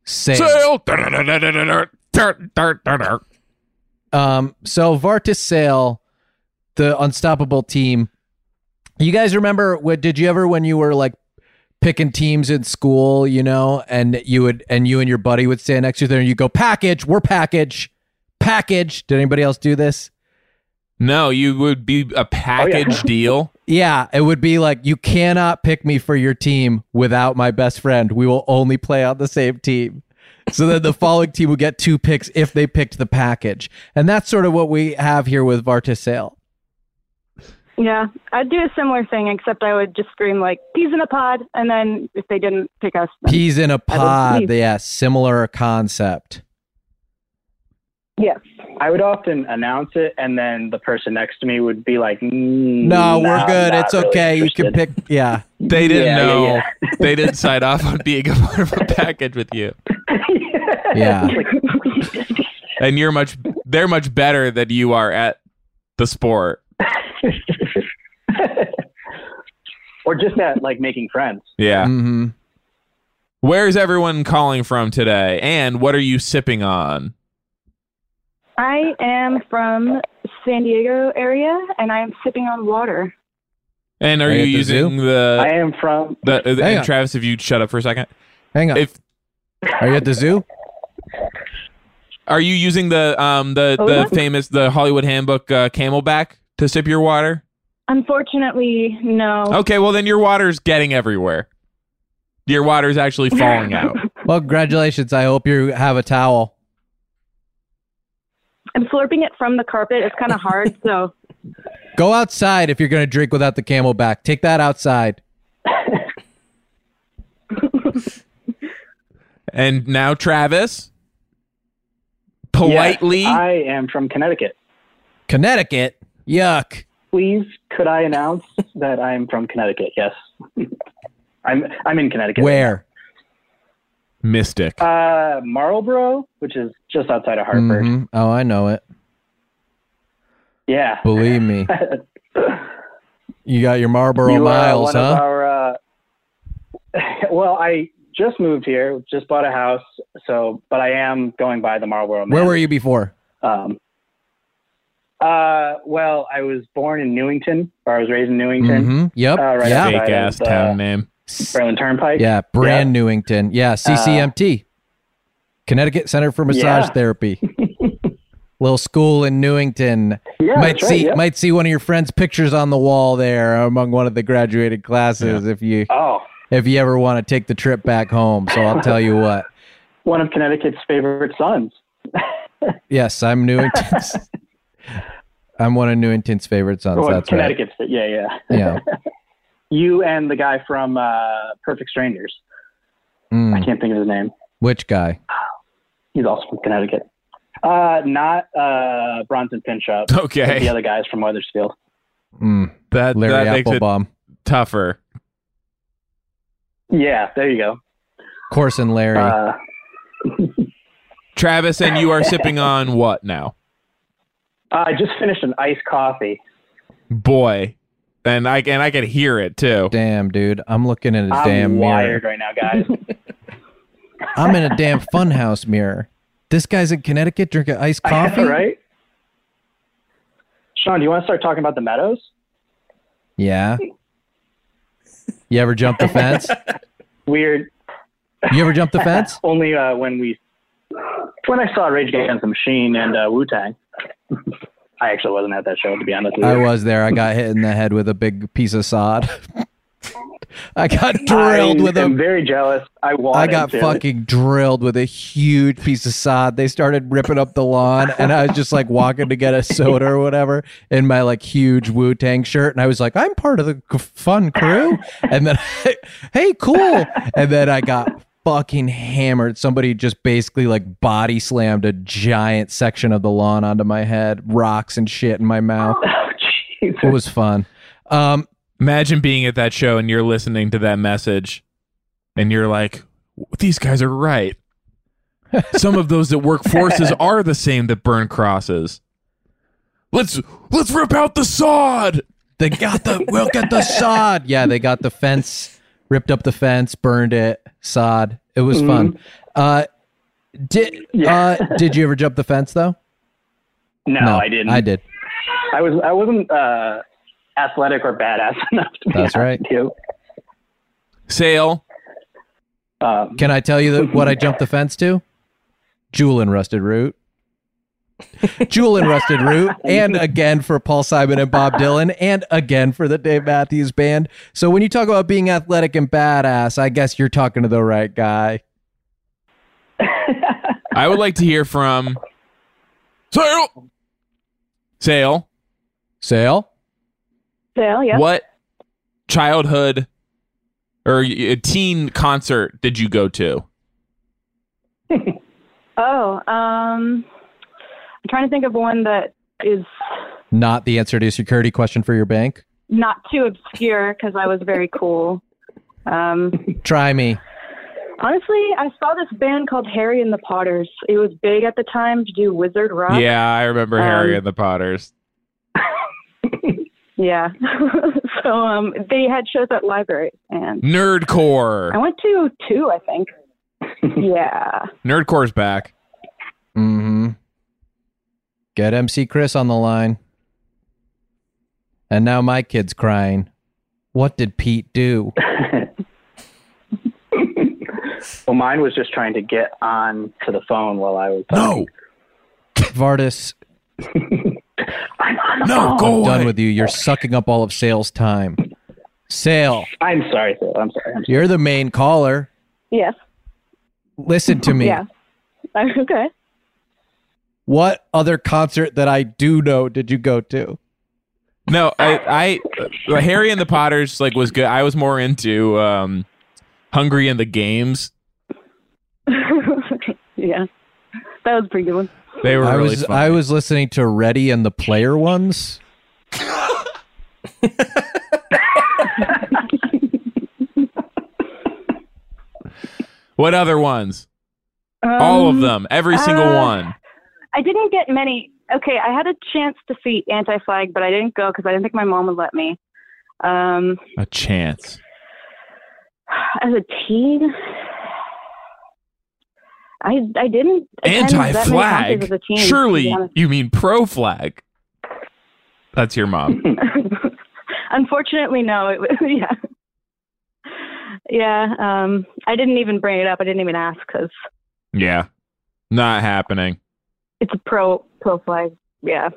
Speaker 3: Sale.
Speaker 2: Sale. Sale.
Speaker 3: Um, so Vartis Sale, the unstoppable team. You guys remember what did you ever when you were like picking teams in school, you know, and you would and you and your buddy would stand next to each other and you go, package, we're package, package. Did anybody else do this?
Speaker 2: No, you would
Speaker 3: Oh,
Speaker 2: be a package deal.
Speaker 3: Yeah, it would be like you cannot pick me for your team without my best friend. We will only play on the same team. So then the following team would get two picks if they picked the package. And that's sort of what we have here with Vartis Sale.
Speaker 6: Yeah, I'd do a similar thing, except I would just scream like "peas in a pod," and then if they didn't pick us, then-
Speaker 3: Peas in
Speaker 6: I
Speaker 3: a
Speaker 6: would
Speaker 3: pod.
Speaker 6: leave.
Speaker 3: Yeah, similar concept.
Speaker 5: Yes. I would often announce it, and then the person next to me would be like, "Mm,
Speaker 2: Mm,
Speaker 3: No, we're good. It's okay. you can pick. Yeah.
Speaker 2: They didn't
Speaker 3: Yeah, yeah,
Speaker 2: know.
Speaker 3: yeah.
Speaker 2: they didn't sign off on being a part of a package with you.
Speaker 3: Yeah.
Speaker 2: And you're much they're much better than you are at the sport.
Speaker 5: Or just at like making friends.
Speaker 2: Yeah.
Speaker 3: Mm-hmm.
Speaker 2: Where's everyone calling from today? And what are you sipping on?
Speaker 6: I am from San Diego area, and I am sipping on water.
Speaker 2: And are,
Speaker 3: Are
Speaker 2: you
Speaker 3: you at the
Speaker 2: using
Speaker 3: zoo?
Speaker 2: the
Speaker 5: I am from
Speaker 2: the, the-
Speaker 3: Hang
Speaker 2: and
Speaker 3: on.
Speaker 2: Travis, if you shut up for a second.
Speaker 3: Hang on.
Speaker 2: If
Speaker 3: Are you at the zoo?
Speaker 2: are you using the um the,
Speaker 6: Oh,
Speaker 2: the
Speaker 6: yeah.
Speaker 2: famous the Hollywood handbook uh, camelback to sip your water?
Speaker 6: Unfortunately, no.
Speaker 3: Oh.
Speaker 2: Okay, well then your water's getting everywhere. Your water's actually falling out.
Speaker 3: Well, congratulations. I hope you have a towel.
Speaker 6: I'm slurping it from the carpet. It's kind of hard, so
Speaker 3: Go outside if you're going to drink without the camel back. Take that outside.
Speaker 2: And now Travis
Speaker 5: Politely. I am from Connecticut.
Speaker 3: Connecticut? Yuck.
Speaker 5: Please, could I announce that I'm from Connecticut? Yes. I'm I'm in Connecticut.
Speaker 3: Where?
Speaker 2: Mystic.
Speaker 5: Uh, Marlboro, which is just outside of Hartford.
Speaker 3: Mhm. Oh, I know it.
Speaker 5: Yeah.
Speaker 3: Believe me. You got your Marlboro
Speaker 5: You are
Speaker 3: Miles,
Speaker 5: one of
Speaker 3: huh?
Speaker 5: our, uh, well, I just moved here, just bought a house, so but I am going by the Marlboro.
Speaker 3: Where
Speaker 5: Man.
Speaker 3: were you before?
Speaker 5: Um, uh, well, I was born in Newington, or I was raised in Newington.
Speaker 3: Mhm. Yep.
Speaker 5: Uh, right Uh,
Speaker 3: Yep.
Speaker 5: outside
Speaker 3: Fake
Speaker 5: of
Speaker 3: ass
Speaker 5: the
Speaker 3: town name.
Speaker 5: Berlin Turnpike.
Speaker 3: Yeah, brand Newington. Yeah, CCMT, Connecticut Center for Massage
Speaker 5: Uh, Yeah.
Speaker 3: Therapy. Little school in Newington.
Speaker 5: Yeah,
Speaker 3: might
Speaker 5: that's right,
Speaker 3: see
Speaker 5: yeah.
Speaker 3: might see one of your friends' pictures on the wall there among one of the graduated classes if you
Speaker 5: Oh.
Speaker 3: if you ever want to take the trip back home. So I'll tell you what.
Speaker 5: One of Connecticut's favorite sons.
Speaker 3: Yes, I'm Newington's. I'm one of Newington's favorite sons.
Speaker 5: Or
Speaker 3: that's right.
Speaker 5: Connecticut's. Yeah, yeah.
Speaker 3: Yeah.
Speaker 5: you and the guy from uh, Perfect Strangers.
Speaker 3: Mm.
Speaker 5: I can't think of his name.
Speaker 3: Which guy?
Speaker 5: He's also from Connecticut. Uh, not uh, Bronson Pinchot.
Speaker 2: Okay.
Speaker 5: but The other guys from Weathersfield.
Speaker 3: Mm.
Speaker 2: That
Speaker 3: Larry
Speaker 2: that makes it
Speaker 3: Applebaum.
Speaker 2: tougher.
Speaker 5: Yeah, there you go.
Speaker 3: Corson Larry.
Speaker 5: Uh,
Speaker 2: Travis, and you are sipping on what now?
Speaker 5: I just finished an iced coffee.
Speaker 2: Boy. And I and I can hear it too.
Speaker 3: Damn, dude. I'm looking at a
Speaker 5: I'm
Speaker 3: damn mirror.
Speaker 5: wired right now, guys.
Speaker 3: I'm in a damn funhouse mirror. This guy's in Connecticut drinking iced coffee.
Speaker 5: right? Sean, do you want to start talking about the meadows?
Speaker 3: Yeah. You ever jump the fence?
Speaker 5: Weird.
Speaker 3: You ever jump the fence?
Speaker 5: Only uh, when we, when I saw Rage Against the Machine and uh, Wu Tang. I actually wasn't at that show to be honest. With you.
Speaker 3: I was there. I got hit in the head with a big piece of sod. I got
Speaker 5: I
Speaker 3: drilled with
Speaker 5: am
Speaker 3: a.
Speaker 5: very jealous. I wanted
Speaker 3: I got
Speaker 5: to.
Speaker 3: fucking drilled with a huge piece of sod. They started ripping up the lawn, and I was just like walking to get a soda or whatever in my like huge Wu Tang shirt, and I was like, "I'm part of the c- fun crew." And then, hey, cool. And then I got fucking hammered. Somebody just basically like body slammed a giant section of the lawn onto my head, rocks and shit in my mouth. It was fun. Um,
Speaker 2: Imagine being at that show and you're listening to that message and you're like, these guys are right. Some of those that work forces are the same that burn crosses. Let's let's rip out the sod.
Speaker 3: They got the we'll get the sod. Yeah, they got the fence, ripped up the fence, burned it, sod. It was
Speaker 15: Mm-hmm.
Speaker 3: fun. Uh, did uh, did you ever jump the fence though?
Speaker 15: No, I didn't.
Speaker 3: I did.
Speaker 15: I was I wasn't uh, athletic or badass enough to be
Speaker 3: That's right.
Speaker 2: Sale.
Speaker 15: Um,
Speaker 3: Can I tell you that what I jumped the fence to? Jewel and Rusted Root. Jewel and Rusted Root, and again for Paul Simon and Bob Dylan, and again for the Dave Matthews Band. So when you talk about being athletic and badass, I guess you're talking to the right guy.
Speaker 2: I would like to hear from Sale. Sale.
Speaker 6: Sale,
Speaker 3: Sale.
Speaker 6: Oh, yeah.
Speaker 2: What childhood or y- teen concert did you go to?
Speaker 6: Oh, um, I'm trying to think of one that is
Speaker 3: Not the answer to your security question for your bank.
Speaker 6: not too obscure because I was very cool. Um,
Speaker 3: Try me.
Speaker 6: honestly, I saw this band called Harry and the Potters. It was big at the time to do wizard rock.
Speaker 2: Yeah, I remember
Speaker 6: Um,
Speaker 2: Harry and the Potters.
Speaker 6: Yeah. so um, they had shows at libraries, and I
Speaker 2: Nerdcore.
Speaker 6: went to two, I think. yeah.
Speaker 2: Nerdcore's back.
Speaker 3: Mm-hmm. Get MC Chris on the line. And now my kid's crying. What did Pete do?
Speaker 15: Well, mine was just trying to get on to the phone while I was. No,
Speaker 3: Vardis,
Speaker 15: I'm on the phone.
Speaker 3: I'm done with you. You're sucking up all of sales time. Sale,
Speaker 15: I'm sorry, Phil. I'm sorry. I'm sorry.
Speaker 3: you're the main caller.
Speaker 6: Yes.
Speaker 3: Listen to me.
Speaker 6: Yeah. okay.
Speaker 3: What other concert that I do know did you go to?
Speaker 2: No, I, I uh, Harry and the Potters like was good. I was more into um, Hungry and the Games.
Speaker 6: yeah. That was a pretty good one.
Speaker 2: They were
Speaker 3: I
Speaker 2: really
Speaker 3: was
Speaker 2: fun.
Speaker 3: I was listening to Ready and the Player Ones.
Speaker 2: What other ones?
Speaker 6: Um,
Speaker 2: All of them. Every single
Speaker 6: uh,
Speaker 2: one.
Speaker 6: I didn't get many. Okay, I had a chance to see Anti Flag, but I didn't go because I didn't think my mom would let me. Um,
Speaker 2: A chance.
Speaker 6: as a teen, I I didn't attend that
Speaker 2: Anti
Speaker 6: many concerts
Speaker 2: flag.
Speaker 6: as a teen, to be
Speaker 2: Surely
Speaker 6: honest.
Speaker 2: you mean pro flag. That's your mom.
Speaker 6: Unfortunately, no. It was, yeah, yeah. Um, I didn't even bring it up. I didn't even ask because
Speaker 2: yeah. Not happening.
Speaker 6: it's a pro pro flag. Yeah.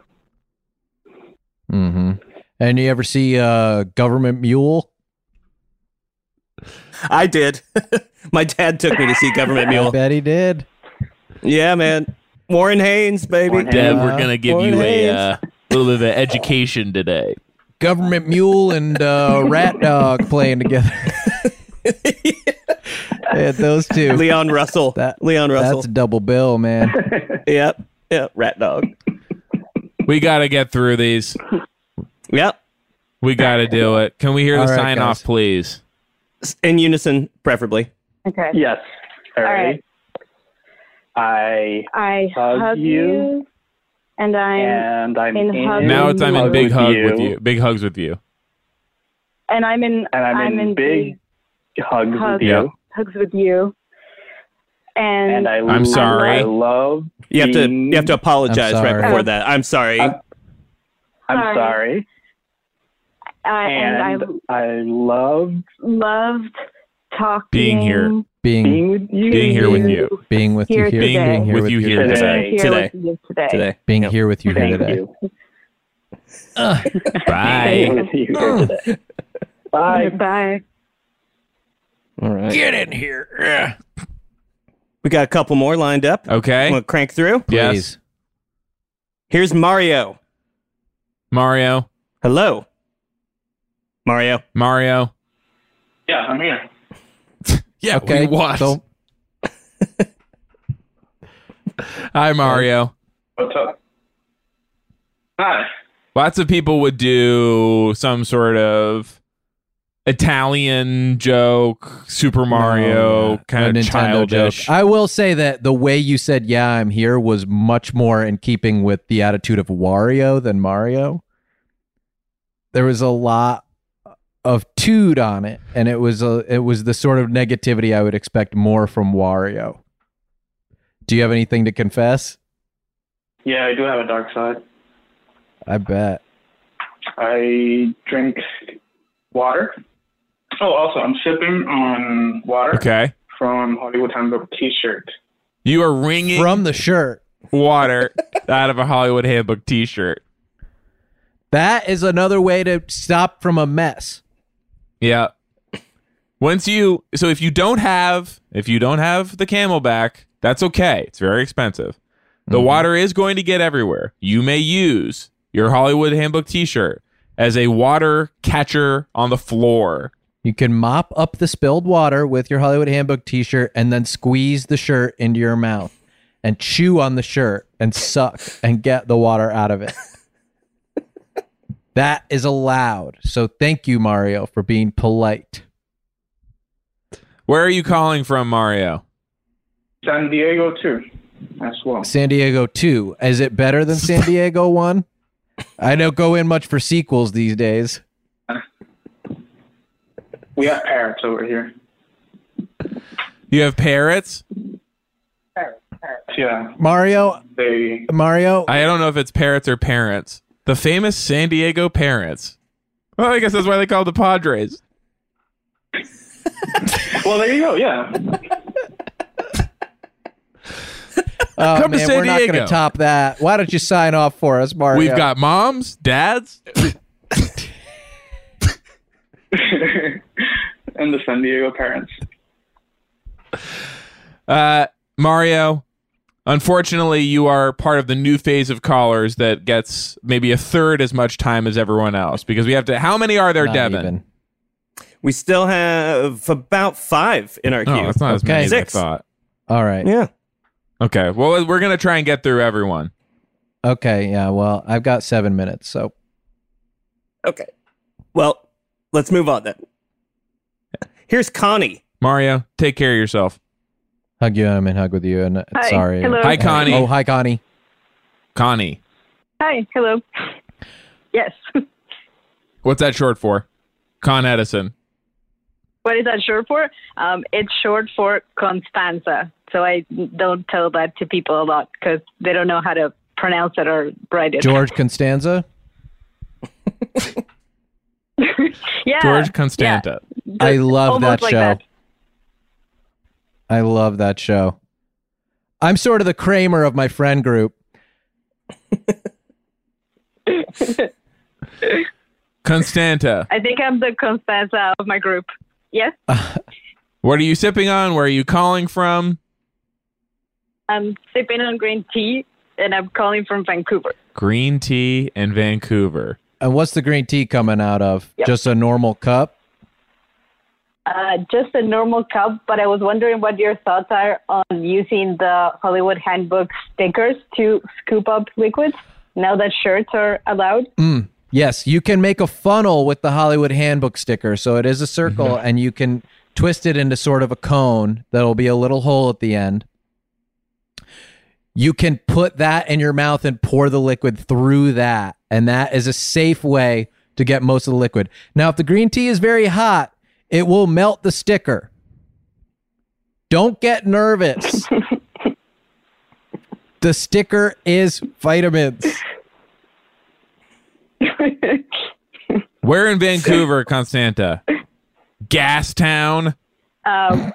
Speaker 3: Mm-hmm. And you ever see uh, Government Mule?
Speaker 8: I did. My dad took me to see Government
Speaker 3: I
Speaker 8: Mule.
Speaker 3: bet he did.
Speaker 8: Yeah, man. Warren Haynes, baby.
Speaker 2: Deb, we're gonna give you a
Speaker 8: Haynes.
Speaker 2: uh, little bit of an education today.
Speaker 3: Government Mule and uh, Rat Dog playing together. yeah, those two.
Speaker 8: Leon Russell. Leon Russell.
Speaker 3: That's a double bill, man.
Speaker 8: Yep. Yep. Rat dog.
Speaker 2: We gotta get through these.
Speaker 8: Yep.
Speaker 2: We gotta do it. Can we hear
Speaker 8: All
Speaker 2: the
Speaker 8: right,
Speaker 2: sign
Speaker 8: guys.
Speaker 2: off, please?
Speaker 8: In unison, preferably.
Speaker 6: Okay.
Speaker 15: Yes. All
Speaker 6: All
Speaker 15: right.
Speaker 6: right.
Speaker 15: I
Speaker 6: I
Speaker 15: Hug
Speaker 6: hug,
Speaker 15: you.
Speaker 6: you, and I'm
Speaker 15: and I'm
Speaker 6: in hug.
Speaker 2: Now it's I'm in
Speaker 15: Hug
Speaker 2: big
Speaker 15: with
Speaker 2: hug
Speaker 15: you.
Speaker 2: with you. Big hugs with you.
Speaker 6: and I'm in
Speaker 15: and I'm, in, big hugs with
Speaker 6: hugs,
Speaker 15: you.
Speaker 6: hugs with you,
Speaker 15: And
Speaker 6: and,
Speaker 15: I
Speaker 2: I'm sorry.
Speaker 15: I love.
Speaker 8: You have to
Speaker 15: being-
Speaker 8: you have to apologize
Speaker 3: I'm
Speaker 8: right
Speaker 3: sorry.
Speaker 8: before that. I'm sorry.
Speaker 15: I'm sorry.
Speaker 6: I, Uh, and I
Speaker 15: And I love
Speaker 6: loved talking
Speaker 2: Being here.
Speaker 3: Being,
Speaker 15: being with you.
Speaker 2: Being here with you.
Speaker 3: Being with you
Speaker 6: Here
Speaker 3: here.
Speaker 6: today.
Speaker 3: Being here
Speaker 2: With
Speaker 3: with
Speaker 2: you
Speaker 3: you
Speaker 2: here
Speaker 3: today.
Speaker 6: here
Speaker 8: Today.
Speaker 6: with you today.
Speaker 8: Today.
Speaker 3: Being here with you here
Speaker 15: Thank
Speaker 3: today.
Speaker 15: you. Being
Speaker 2: Bye.
Speaker 15: with you
Speaker 2: Oh.
Speaker 15: here today. Bye.
Speaker 6: Bye.
Speaker 8: All right.
Speaker 2: Get in here. Ugh.
Speaker 8: We got a couple more lined up.
Speaker 2: Okay.
Speaker 8: Want to crank through?
Speaker 2: Yes.
Speaker 8: Here's Mario.
Speaker 2: Mario.
Speaker 8: Hello. Mario.
Speaker 2: Mario.
Speaker 15: Yeah, I'm here.
Speaker 2: Yeah,
Speaker 3: Okay.
Speaker 2: we what?
Speaker 3: So
Speaker 2: Hi, Mario.
Speaker 5: What's up? Hi.
Speaker 2: Lots of people would do some sort of Italian joke, Super Mario kind
Speaker 3: A
Speaker 2: of childish.
Speaker 3: joke. I will say that the way you said "Yeah, I'm here" was much more in keeping with the attitude of Wario than Mario. There was a lot of toot on it, and it was a it was the sort of negativity I would expect more from Wario. Do you have anything to confess?
Speaker 5: Yeah, I do have a dark side.
Speaker 3: I bet.
Speaker 5: I drink water. Oh, also, I'm sipping on water
Speaker 2: Okay.
Speaker 5: from Hollywood Handbook T-shirt.
Speaker 2: You are wringing
Speaker 3: from the shirt
Speaker 2: water out of a Hollywood Handbook T-shirt.
Speaker 3: That is another way to stop from a mess.
Speaker 2: Yeah. Once you so if you don't have if you don't have the camelback, that's okay. It's very expensive. The
Speaker 3: Mm-hmm.
Speaker 2: water is going to get everywhere. You may use your Hollywood handbook t-shirt as a water catcher on the floor.
Speaker 3: You can mop up the spilled water with your Hollywood Handbook t shirt and then squeeze the shirt into your mouth and chew on the shirt and suck and get the water out of it. that is allowed. So thank you, Mario, for being polite.
Speaker 2: Where are you calling from, Mario?
Speaker 5: San Diego too, as well.
Speaker 3: San Diego 2, is it better than San Diego 1? I don't go in much for sequels these days.
Speaker 5: We have parrots over here.
Speaker 2: You have parrots?
Speaker 5: Yeah.
Speaker 3: Mario,
Speaker 5: They
Speaker 3: Mario.
Speaker 2: I don't know if it's parrots or parents. The famous San Diego parrots. Well, I guess that's why they call the Padres.
Speaker 5: well, there you go. Yeah.
Speaker 3: Oh,
Speaker 2: Come to
Speaker 3: man,
Speaker 2: San
Speaker 3: we're not going
Speaker 2: Diego.
Speaker 3: to top that. Why don't you sign off for us, Mario?
Speaker 2: We've got moms, dads.
Speaker 5: and the San Diego parents.
Speaker 2: Uh, Mario, unfortunately, you are part of the new phase of callers that gets maybe a third as much time as everyone else because we have to. How many are there,
Speaker 8: Not
Speaker 2: Devin?
Speaker 8: even. We still have about five in our queue.
Speaker 2: No, that's not as many as I
Speaker 8: Six.
Speaker 2: thought.
Speaker 3: All right.
Speaker 8: Yeah.
Speaker 2: Okay. Well, we're gonna try and get through everyone.
Speaker 3: Okay, yeah. Well, I've got seven minutes, so
Speaker 8: Okay. Well, let's move on then. Here's Connie.
Speaker 2: Mario, take care of yourself.
Speaker 3: hug you um, and hug with you. And uh,
Speaker 2: Hi.
Speaker 3: sorry,
Speaker 2: Hello. Hi, Connie.
Speaker 3: Oh, hi, Connie.
Speaker 2: Connie,
Speaker 17: Hi. Hello. Yes.
Speaker 2: what's that short for? Con Edison.
Speaker 17: What is that short for? Um, it's short for Constanza. So I don't tell that to people a lot because they don't know how to pronounce it or write it.
Speaker 3: George Constanza.
Speaker 17: yeah.
Speaker 2: Constanta.
Speaker 3: I love
Speaker 17: Almost
Speaker 3: that
Speaker 17: like
Speaker 3: show.
Speaker 17: that.
Speaker 3: I love that show. I'm sort of the Kramer of my friend group.
Speaker 2: Constanta.
Speaker 17: I think I'm the Constanza of my group. Yes.
Speaker 2: What are you sipping on? Where are you calling from?
Speaker 17: I'm sipping on green tea and I'm calling from Vancouver.
Speaker 2: Green tea in Vancouver.
Speaker 3: And what's the green tea coming out of?
Speaker 17: Yep.
Speaker 3: Just a normal cup.
Speaker 17: Uh, just a normal cup, but I was wondering what your thoughts are on using the Hollywood Handbook stickers to scoop up liquids now that shirts are allowed.
Speaker 3: Mm. Yes, you can make a funnel with the Hollywood Handbook sticker. So it is a circle, and you can twist it into sort of a cone that'll be a little hole at the end. You can put that in your mouth and pour the liquid through that. And that is a safe way to get most of the liquid. Now, if the green tea is very hot, it will melt the sticker. Don't get nervous. the sticker is vitamins.
Speaker 2: Where in Vancouver, Constanta? Gastown.
Speaker 17: Um,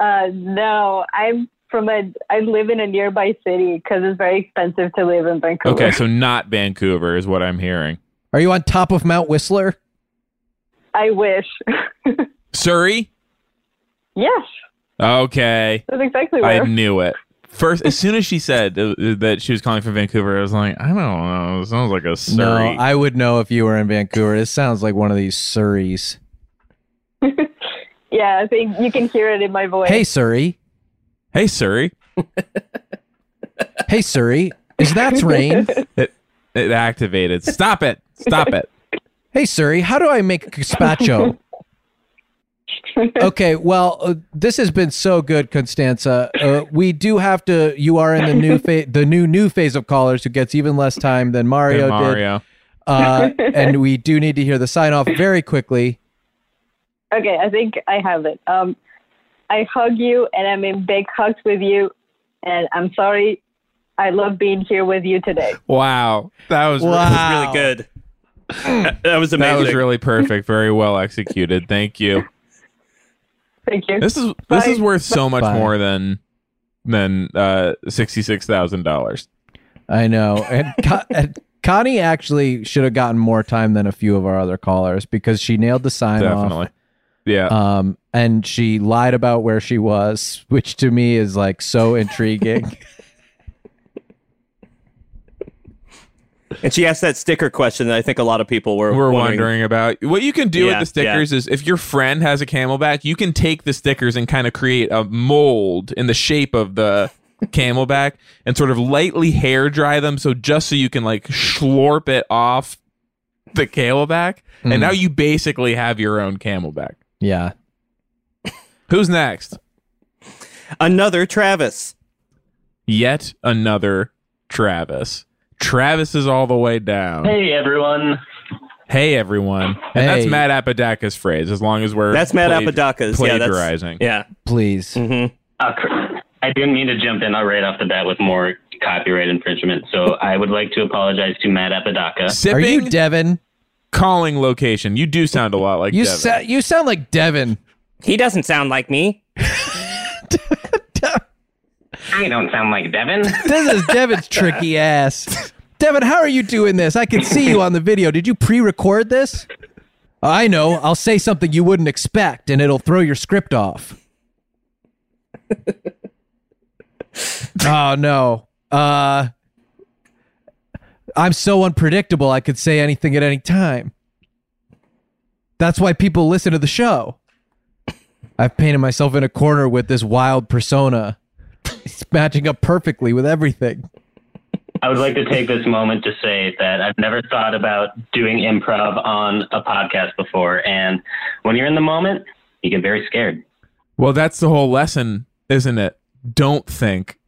Speaker 17: uh, no, I'm from a. I live in a nearby city because it's very expensive to live in Vancouver.
Speaker 2: Okay, so not Vancouver is what I'm hearing.
Speaker 3: Are you on top of Mount Whistler?
Speaker 17: I wish.
Speaker 2: Surrey?
Speaker 17: yes,
Speaker 2: Okay.
Speaker 17: that's exactly
Speaker 2: I
Speaker 17: where.
Speaker 2: knew it. First, as soon as she said uh, uh, that she was calling from Vancouver, I was like, I don't know. It sounds like a Surrey.
Speaker 3: No, I would know if you were in Vancouver. This sounds like one of these Surreys.
Speaker 17: yeah, I think you can hear it in my voice.
Speaker 3: Hey, Surrey.
Speaker 2: Hey, Surrey.
Speaker 3: hey, Suri, is that rain?
Speaker 2: It, it activated. Stop it. Stop it.
Speaker 3: Hey, Suri, how do I make gazpacho? okay, well, uh, this has been so good, Constanza. Uh, we do have to. You are in the new fa- the new new phase of callers who gets even less time than Mario,
Speaker 2: Than Mario.
Speaker 3: did. Uh, and we do need to hear the sign off very quickly.
Speaker 6: Okay, I think I have it. Um, I hug you and I'm in big hugs with you, and I'm sorry. I love being here with you today.
Speaker 2: Wow. That was,
Speaker 8: Wow. really good. that was
Speaker 2: That was
Speaker 8: amazing.
Speaker 2: really perfect. Very well executed. Thank you.
Speaker 6: Thank you.
Speaker 2: This is this is worth so much more than than uh sixty six thousand dollars.
Speaker 3: I know. And, Co- and Connie actually should have gotten more time than a few of our other callers because she nailed the sign
Speaker 2: Definitely.
Speaker 3: off.
Speaker 2: Yeah.
Speaker 3: Um, and she lied about where she was, which to me is like so intriguing.
Speaker 8: And she asked that sticker question that I think a lot of people were
Speaker 2: We're wondering about what you can do with the stickers is if your friend has a camelback, you can take the stickers and kind of create a mold in the shape of the camelback and sort of lightly hair dry them so just so you can like slorp it off the camelback.
Speaker 3: Hmm.
Speaker 2: And now you basically have your own camelback.
Speaker 3: yeah.
Speaker 2: Who's next?
Speaker 8: Another Travis.
Speaker 2: Yet another Travis. Travis is all the way down.
Speaker 16: Hey, everyone.
Speaker 2: Hey, everyone. And that's
Speaker 16: Hey.
Speaker 2: Matt Apodaca's phrase, as long as we're
Speaker 8: That's Matt
Speaker 2: plagi-
Speaker 8: Apodaca's. Yeah, that's-
Speaker 2: plagiarizing.
Speaker 8: Yeah. Mm-hmm.
Speaker 3: Please.
Speaker 18: Uh, cr- I didn't mean to jump in uh, right off the bat with more copyright infringement, so I would like to apologize to Matt Apodaca.
Speaker 3: Are you Devin?
Speaker 2: Calling location. You do sound a lot like
Speaker 3: You
Speaker 2: Devin.
Speaker 3: sa- you sound like Devin.
Speaker 8: He doesn't sound like me.
Speaker 18: I don't sound like Devin.
Speaker 3: This is Devin's tricky ass. Devin, how are you doing this? I can see you on the video. Did you pre-record this? I know. I'll say something you wouldn't expect, and it'll throw your script off. oh no. Uh, I'm so unpredictable. I could say anything at any time. That's why people listen to the show. I've painted myself in a corner with this wild persona. It's matching up perfectly with everything.
Speaker 18: I would like to take this moment to say that I've never thought about doing improv on a podcast before, and when you're in the moment, you get very scared.
Speaker 2: Well, that's the whole lesson, isn't it? Don't think.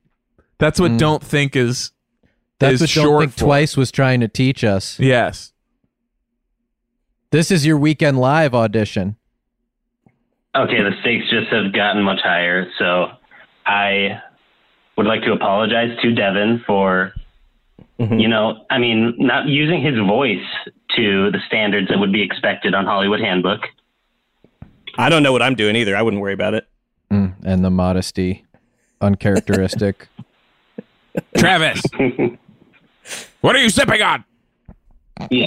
Speaker 2: That's what don't think is.
Speaker 3: Mm. That's
Speaker 2: is
Speaker 3: what
Speaker 2: short
Speaker 3: Don't Think
Speaker 2: for.
Speaker 3: Twice was trying to teach us.
Speaker 2: Yes.
Speaker 3: This is your weekend live audition.
Speaker 18: Okay, the stakes just have gotten much higher, so I would like to apologize to Devin for,
Speaker 2: Mm-hmm.
Speaker 18: you know, I mean, not using his voice to the standards that would be expected on Hollywood Handbook.
Speaker 8: I don't know what I'm doing either. I wouldn't worry about it.
Speaker 3: Mm, and the modesty, uncharacteristic.
Speaker 2: Travis, what are you sipping on?
Speaker 18: Yeah.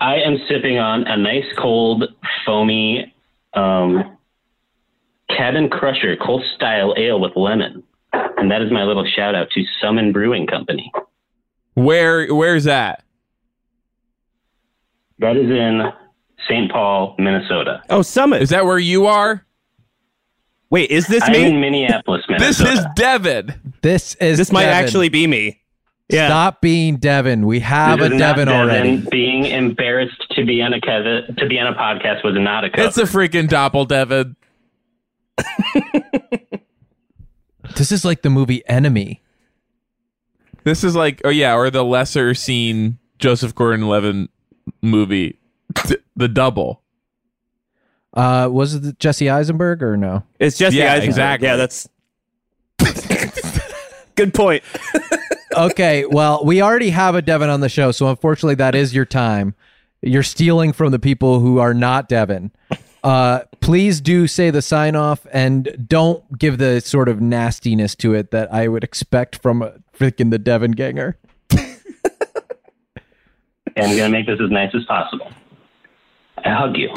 Speaker 18: I am sipping on a nice cold foamy um, Cabin Crusher Cold Style Ale with lemon, and that is my little shout out to Summon Brewing Company.
Speaker 2: Where where's that?
Speaker 18: That is in St. Paul, Minnesota.
Speaker 8: Oh, Summit.
Speaker 2: Is that where you are?
Speaker 8: Wait, is
Speaker 18: I'm in Minneapolis,
Speaker 2: This
Speaker 18: Minnesota.
Speaker 2: is Devin.
Speaker 3: This is
Speaker 8: This might
Speaker 3: Devin.
Speaker 8: actually be me.
Speaker 3: Stop being Devin. We have
Speaker 18: This
Speaker 3: a
Speaker 18: is not
Speaker 3: Devin, already.
Speaker 18: Being embarrassed to be on a Kevin, to be on a podcast was not a cover.
Speaker 2: It's a freaking doppel Devin.
Speaker 3: This is like the movie Enemy.
Speaker 2: This is like oh yeah, or the lesser seen Joseph Gordon-Levitt movie, the double.
Speaker 3: Uh, was it Jesse Eisenberg or no?
Speaker 8: It's Jesse
Speaker 2: Yeah,
Speaker 8: Eisenberg.
Speaker 2: exactly.
Speaker 8: Yeah, that's good point.
Speaker 3: okay, well, we already have a Devin on the show, so unfortunately, that is your time. You're stealing from the people who are not Devin. Uh, please do say the sign off and don't give the sort of nastiness to it that I would expect from a, freaking the Devin ganger.
Speaker 18: I'm going to make this as nice as possible. I hug you.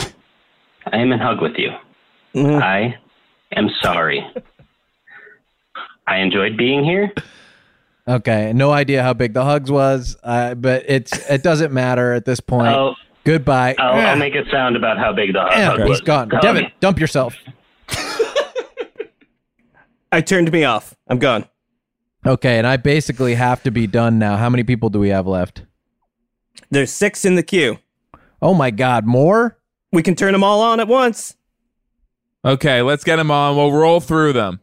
Speaker 18: I am in hug with you.
Speaker 8: Mm.
Speaker 18: I am sorry. I enjoyed being here.
Speaker 3: Okay, no idea how big the hugs was, uh, but it's it doesn't matter at this point.
Speaker 18: Oh.
Speaker 3: Goodbye.
Speaker 18: I'll,
Speaker 3: Ah.
Speaker 18: I'll make a sound about how big the hug
Speaker 3: Yeah,
Speaker 18: was.
Speaker 3: he's gone.
Speaker 18: Hug.
Speaker 3: Devin, dump yourself.
Speaker 8: I turned me off. I'm gone.
Speaker 3: Okay, and I basically have to be done now. How many people do we have left?
Speaker 8: There's six in the queue.
Speaker 3: Oh my God, more?
Speaker 8: We can turn them all on at once.
Speaker 2: Okay, let's get them on. We'll roll through them.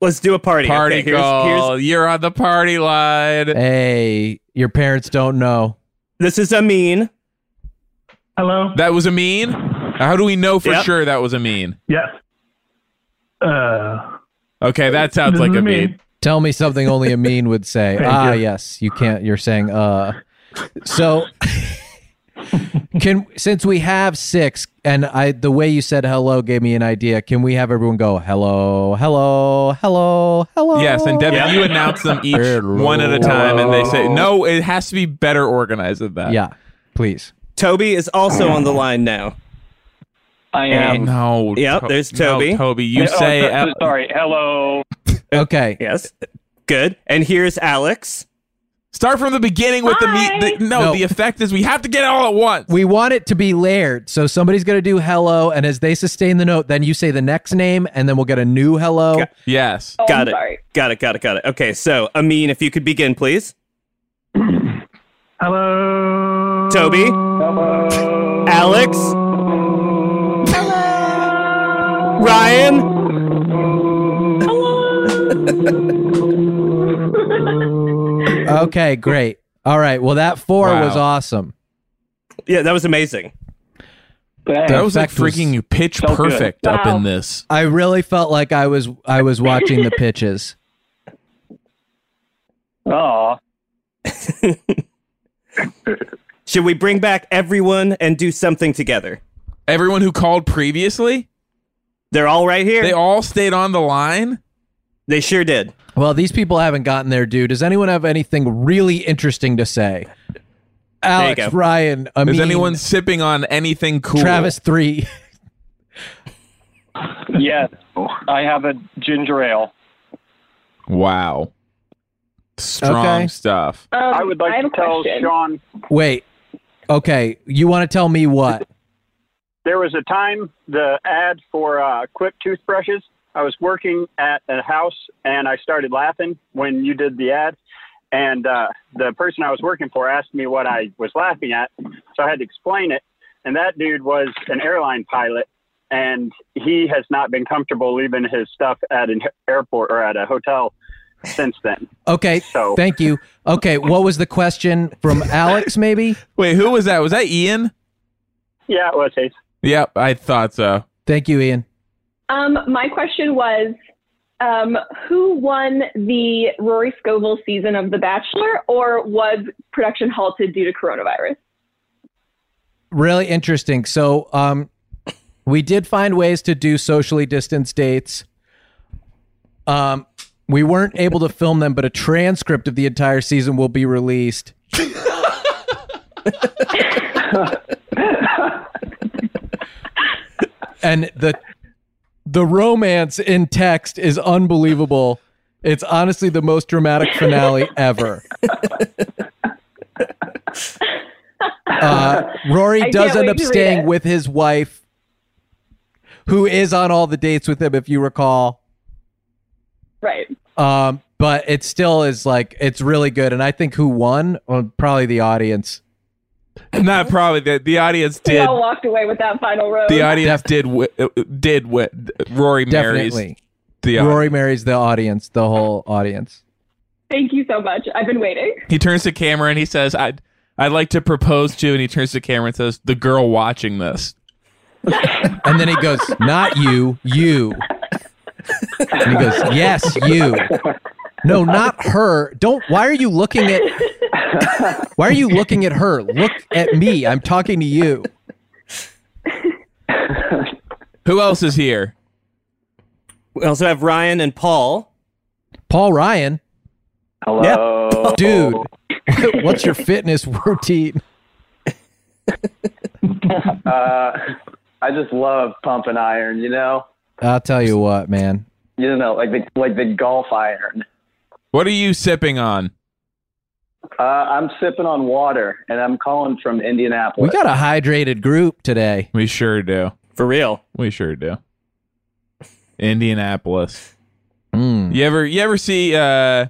Speaker 8: Let's do a party.
Speaker 2: Party
Speaker 8: Okay, here's-
Speaker 2: call.
Speaker 8: here's-
Speaker 2: You're on the party line.
Speaker 3: Hey, your parents don't know.
Speaker 8: This is a mean.
Speaker 16: Hello.
Speaker 2: That was a mean. How do we know for
Speaker 16: Yep.
Speaker 2: sure that was a mean?
Speaker 16: Yes. Uh,
Speaker 2: Okay, that sounds
Speaker 16: This
Speaker 2: like
Speaker 16: is
Speaker 2: a
Speaker 16: a mean.
Speaker 2: mean.
Speaker 3: Tell me something only a mean would say.
Speaker 16: Thank
Speaker 3: ah,
Speaker 16: you.
Speaker 3: yes, you can't. You're saying, uh. So, can since we have six, and I the way you said hello gave me an idea. Can we have everyone go hello, hello, hello, hello?
Speaker 2: Yes, and Devin, you announce them each one at a time, and they say, "No, it has to be better organized than that."
Speaker 3: Yeah, please.
Speaker 8: Toby is also on the line now.
Speaker 16: I
Speaker 2: am. No.
Speaker 8: Yep.
Speaker 2: To-
Speaker 8: there's
Speaker 2: no,
Speaker 8: Toby.
Speaker 2: Toby, you Oh, say so- Al-
Speaker 16: sorry. Hello.
Speaker 3: Okay.
Speaker 8: Yes. Good. And here's Alex.
Speaker 2: Start from the beginning with the meat. The, no,
Speaker 3: No.
Speaker 2: the effect is we have to get it all at once.
Speaker 3: We want it to be layered. So somebody's going to do hello, and as they sustain the note, then you say the next name, and then we'll get a new hello.
Speaker 16: Oh,
Speaker 2: Yes.
Speaker 8: got it. Got it. Got it. Got it. Okay. So, Amin, if you could begin, please.
Speaker 16: Hello.
Speaker 8: Toby.
Speaker 16: Hello.
Speaker 8: Alex. Ryan.
Speaker 3: Okay, great. All right. Well, that four
Speaker 8: Wow.
Speaker 3: was awesome.
Speaker 8: Yeah, that was amazing.
Speaker 2: That was like
Speaker 3: effect was-
Speaker 2: freaking pitch
Speaker 8: Felt good.
Speaker 2: perfect up
Speaker 8: Wow.
Speaker 2: in this.
Speaker 3: I really felt like I was I was watching the pitches.
Speaker 8: Aw. Should we bring back everyone and do something together?
Speaker 2: Everyone who called previously?
Speaker 8: They're all right here.
Speaker 2: They all stayed on the line?
Speaker 8: They sure did.
Speaker 3: Well, these people haven't gotten there, dude. Does anyone have anything really interesting to say? Alex,
Speaker 2: go.
Speaker 3: Ryan, Amin,
Speaker 2: Is anyone sipping on anything cool?
Speaker 3: Travis three.
Speaker 16: Yes. I have a ginger ale.
Speaker 2: Wow. Strong
Speaker 3: Okay.
Speaker 2: stuff.
Speaker 16: I would like to tell Sean
Speaker 3: Wait. Okay, you want to tell me what?
Speaker 16: there was a time the ad for uh, quick toothbrushes. I was working at a house and I started laughing when you did the ad. And uh, the person I was working for asked me what I was laughing at. So I had to explain it. And that dude was an airline pilot and he has not been comfortable leaving his stuff at an airport or at a hotel since then.
Speaker 3: Okay,
Speaker 16: So-
Speaker 3: thank you. Okay, what was the question from Alex? Maybe.
Speaker 2: Wait, who was that? Was that Ian?
Speaker 16: Yeah, it was Hayes.
Speaker 2: Yep, I thought so.
Speaker 3: Thank you, Ian.
Speaker 19: Um, my question was um, who won the Rory Scovel season of The Bachelor, or was production halted due to coronavirus?
Speaker 3: Really interesting. So, um, we did find ways to do socially distanced dates. Um, we weren't able to film them, but a transcript of the entire season will be released. and the the romance in text is unbelievable. It's honestly the most dramatic finale ever. Uh,
Speaker 19: I
Speaker 3: Rory
Speaker 19: can't
Speaker 3: does end
Speaker 19: wait
Speaker 3: up
Speaker 19: to read
Speaker 3: staying
Speaker 19: it.
Speaker 3: with his wife, who is on all the dates with him, if you recall.
Speaker 19: Right.
Speaker 3: Um, but it still is like it's really good, and I think who won? Well, probably the audience.
Speaker 2: Not probably the, the audience
Speaker 19: We
Speaker 2: did.
Speaker 19: all walked away with that final row.
Speaker 2: The audience did wi- uh, did wi- Rory marries
Speaker 3: Definitely.
Speaker 2: the uh, audience.
Speaker 3: Rory marries the audience, the whole audience.
Speaker 19: Thank you so much. I've been waiting.
Speaker 2: He turns to camera and he says, "I'd I'd like to propose to." you," And he turns to camera and says, "The girl watching this."
Speaker 3: And then he goes, "Not you, you." And he goes, "Yes, you." No, not her. Don't. Why are you looking at? Why are you looking at her? Look at me. I'm talking to you.
Speaker 2: Who else is here?
Speaker 8: We also have Ryan and Paul.
Speaker 3: Paul Ryan.
Speaker 8: Hello.
Speaker 3: Dude, what's your fitness routine?
Speaker 20: uh, I just love pumping iron. You know,
Speaker 3: I'll tell you what, man.
Speaker 20: you know, like the like the golf iron.
Speaker 2: What are you sipping on?
Speaker 20: Uh, I'm sipping on water, and I'm calling from
Speaker 3: We
Speaker 20: Indianapolis.
Speaker 3: got a hydrated group today.
Speaker 2: We sure do.
Speaker 8: For real.
Speaker 2: We sure do. Indianapolis.
Speaker 3: Hmm.
Speaker 2: You ever you ever see uh,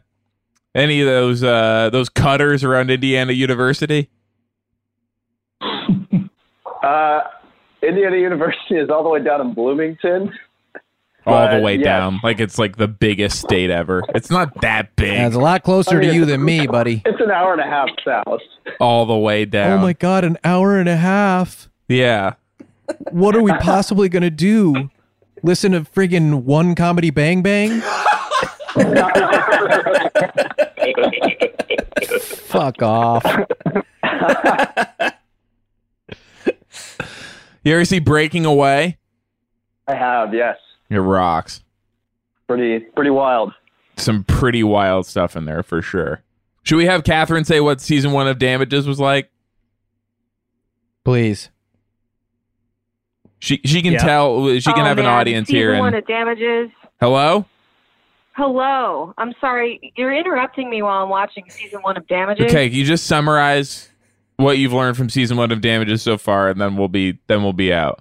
Speaker 2: any of those uh, those cutters around Indiana University?
Speaker 20: Uh, Indiana University is all the way down in Bloomington.
Speaker 2: All the
Speaker 20: But,
Speaker 2: way
Speaker 20: yeah.
Speaker 2: down, like it's like the biggest state ever. It's not that big.
Speaker 3: That's a lot closer
Speaker 20: I mean,
Speaker 3: to you
Speaker 20: it's-
Speaker 3: than me, buddy.
Speaker 20: It's an hour and a half south.
Speaker 2: All the way down.
Speaker 3: Oh my god, an hour and a half.
Speaker 2: Yeah.
Speaker 3: What are we possibly gonna do? Listen to friggin' one comedy bang bang? Fuck off.
Speaker 2: You ever see Breaking Away?
Speaker 20: I have, yes.
Speaker 2: It rocks.
Speaker 20: Pretty pretty wild.
Speaker 2: Some pretty wild stuff in there for sure. Should we have Catherine say what season one of Damages was like?
Speaker 3: Please.
Speaker 2: She she can
Speaker 3: Yeah.
Speaker 2: tell she can
Speaker 10: Oh,
Speaker 2: have an
Speaker 10: man.
Speaker 2: audience
Speaker 10: Season
Speaker 2: here.
Speaker 10: One
Speaker 2: And,
Speaker 10: of damages.
Speaker 2: hello.
Speaker 10: Hello. I'm sorry. You're interrupting me while I'm watching season one of damages.
Speaker 2: Okay, you just summarize what you've learned from season one of Damages so far, and then we'll be then we'll be out.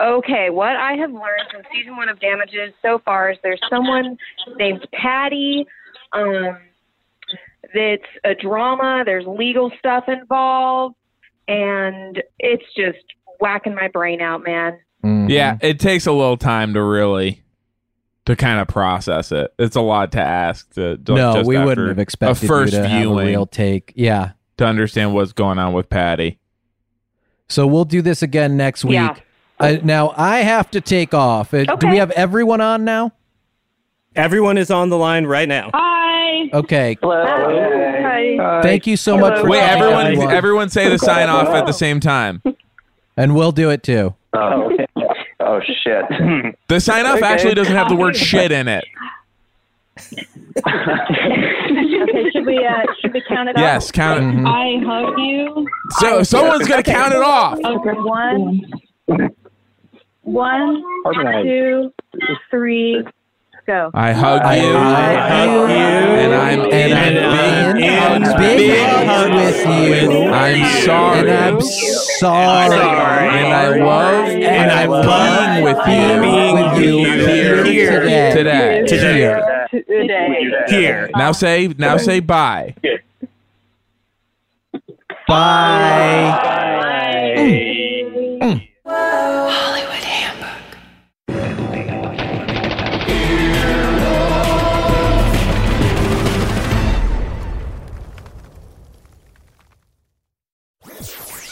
Speaker 10: Okay, what I have learned from season one of Damages so far is there's someone named Patty. Um, that's a drama. There's legal stuff involved, and it's just whacking my brain out, man.
Speaker 3: Mm-hmm.
Speaker 2: Yeah, it takes a little time to really to kind of process it. It's a lot to ask. To, to-
Speaker 3: no,
Speaker 2: just
Speaker 3: we
Speaker 2: after
Speaker 3: wouldn't have expected
Speaker 2: a first
Speaker 3: you to have a
Speaker 2: viewing
Speaker 3: real take. Yeah.
Speaker 2: to understand what's going on with Patty.
Speaker 3: So we'll do this again next week.
Speaker 2: Yeah.
Speaker 3: Uh, now I have to take off. Uh, Do we have everyone on now?
Speaker 8: Everyone is on the line right now.
Speaker 19: Hi.
Speaker 3: Okay.
Speaker 19: Hi.
Speaker 3: Thank you so much. For
Speaker 2: Wait,
Speaker 3: coming,
Speaker 2: everyone, everyone say the sign off at the same time.
Speaker 3: and we'll do it too.
Speaker 20: Oh, oh shit.
Speaker 2: The sign off
Speaker 20: Okay.
Speaker 2: actually doesn't have the word shit in it.
Speaker 6: okay, should we uh, should we count it
Speaker 2: Yes, count it.
Speaker 6: I hug you.
Speaker 2: Mm-hmm. So someone's gonna count it off.
Speaker 6: Okay, one, one, two, three, go.
Speaker 2: I hug you. I hug you. And I'm and I'm big hugs with you. I'm sorry. And I'm
Speaker 3: sorry.
Speaker 2: And I love and I love with you with you here
Speaker 3: today.
Speaker 2: today
Speaker 3: Today.
Speaker 20: Today.
Speaker 2: here. Now say now say bye.
Speaker 3: Bye.
Speaker 2: Mm,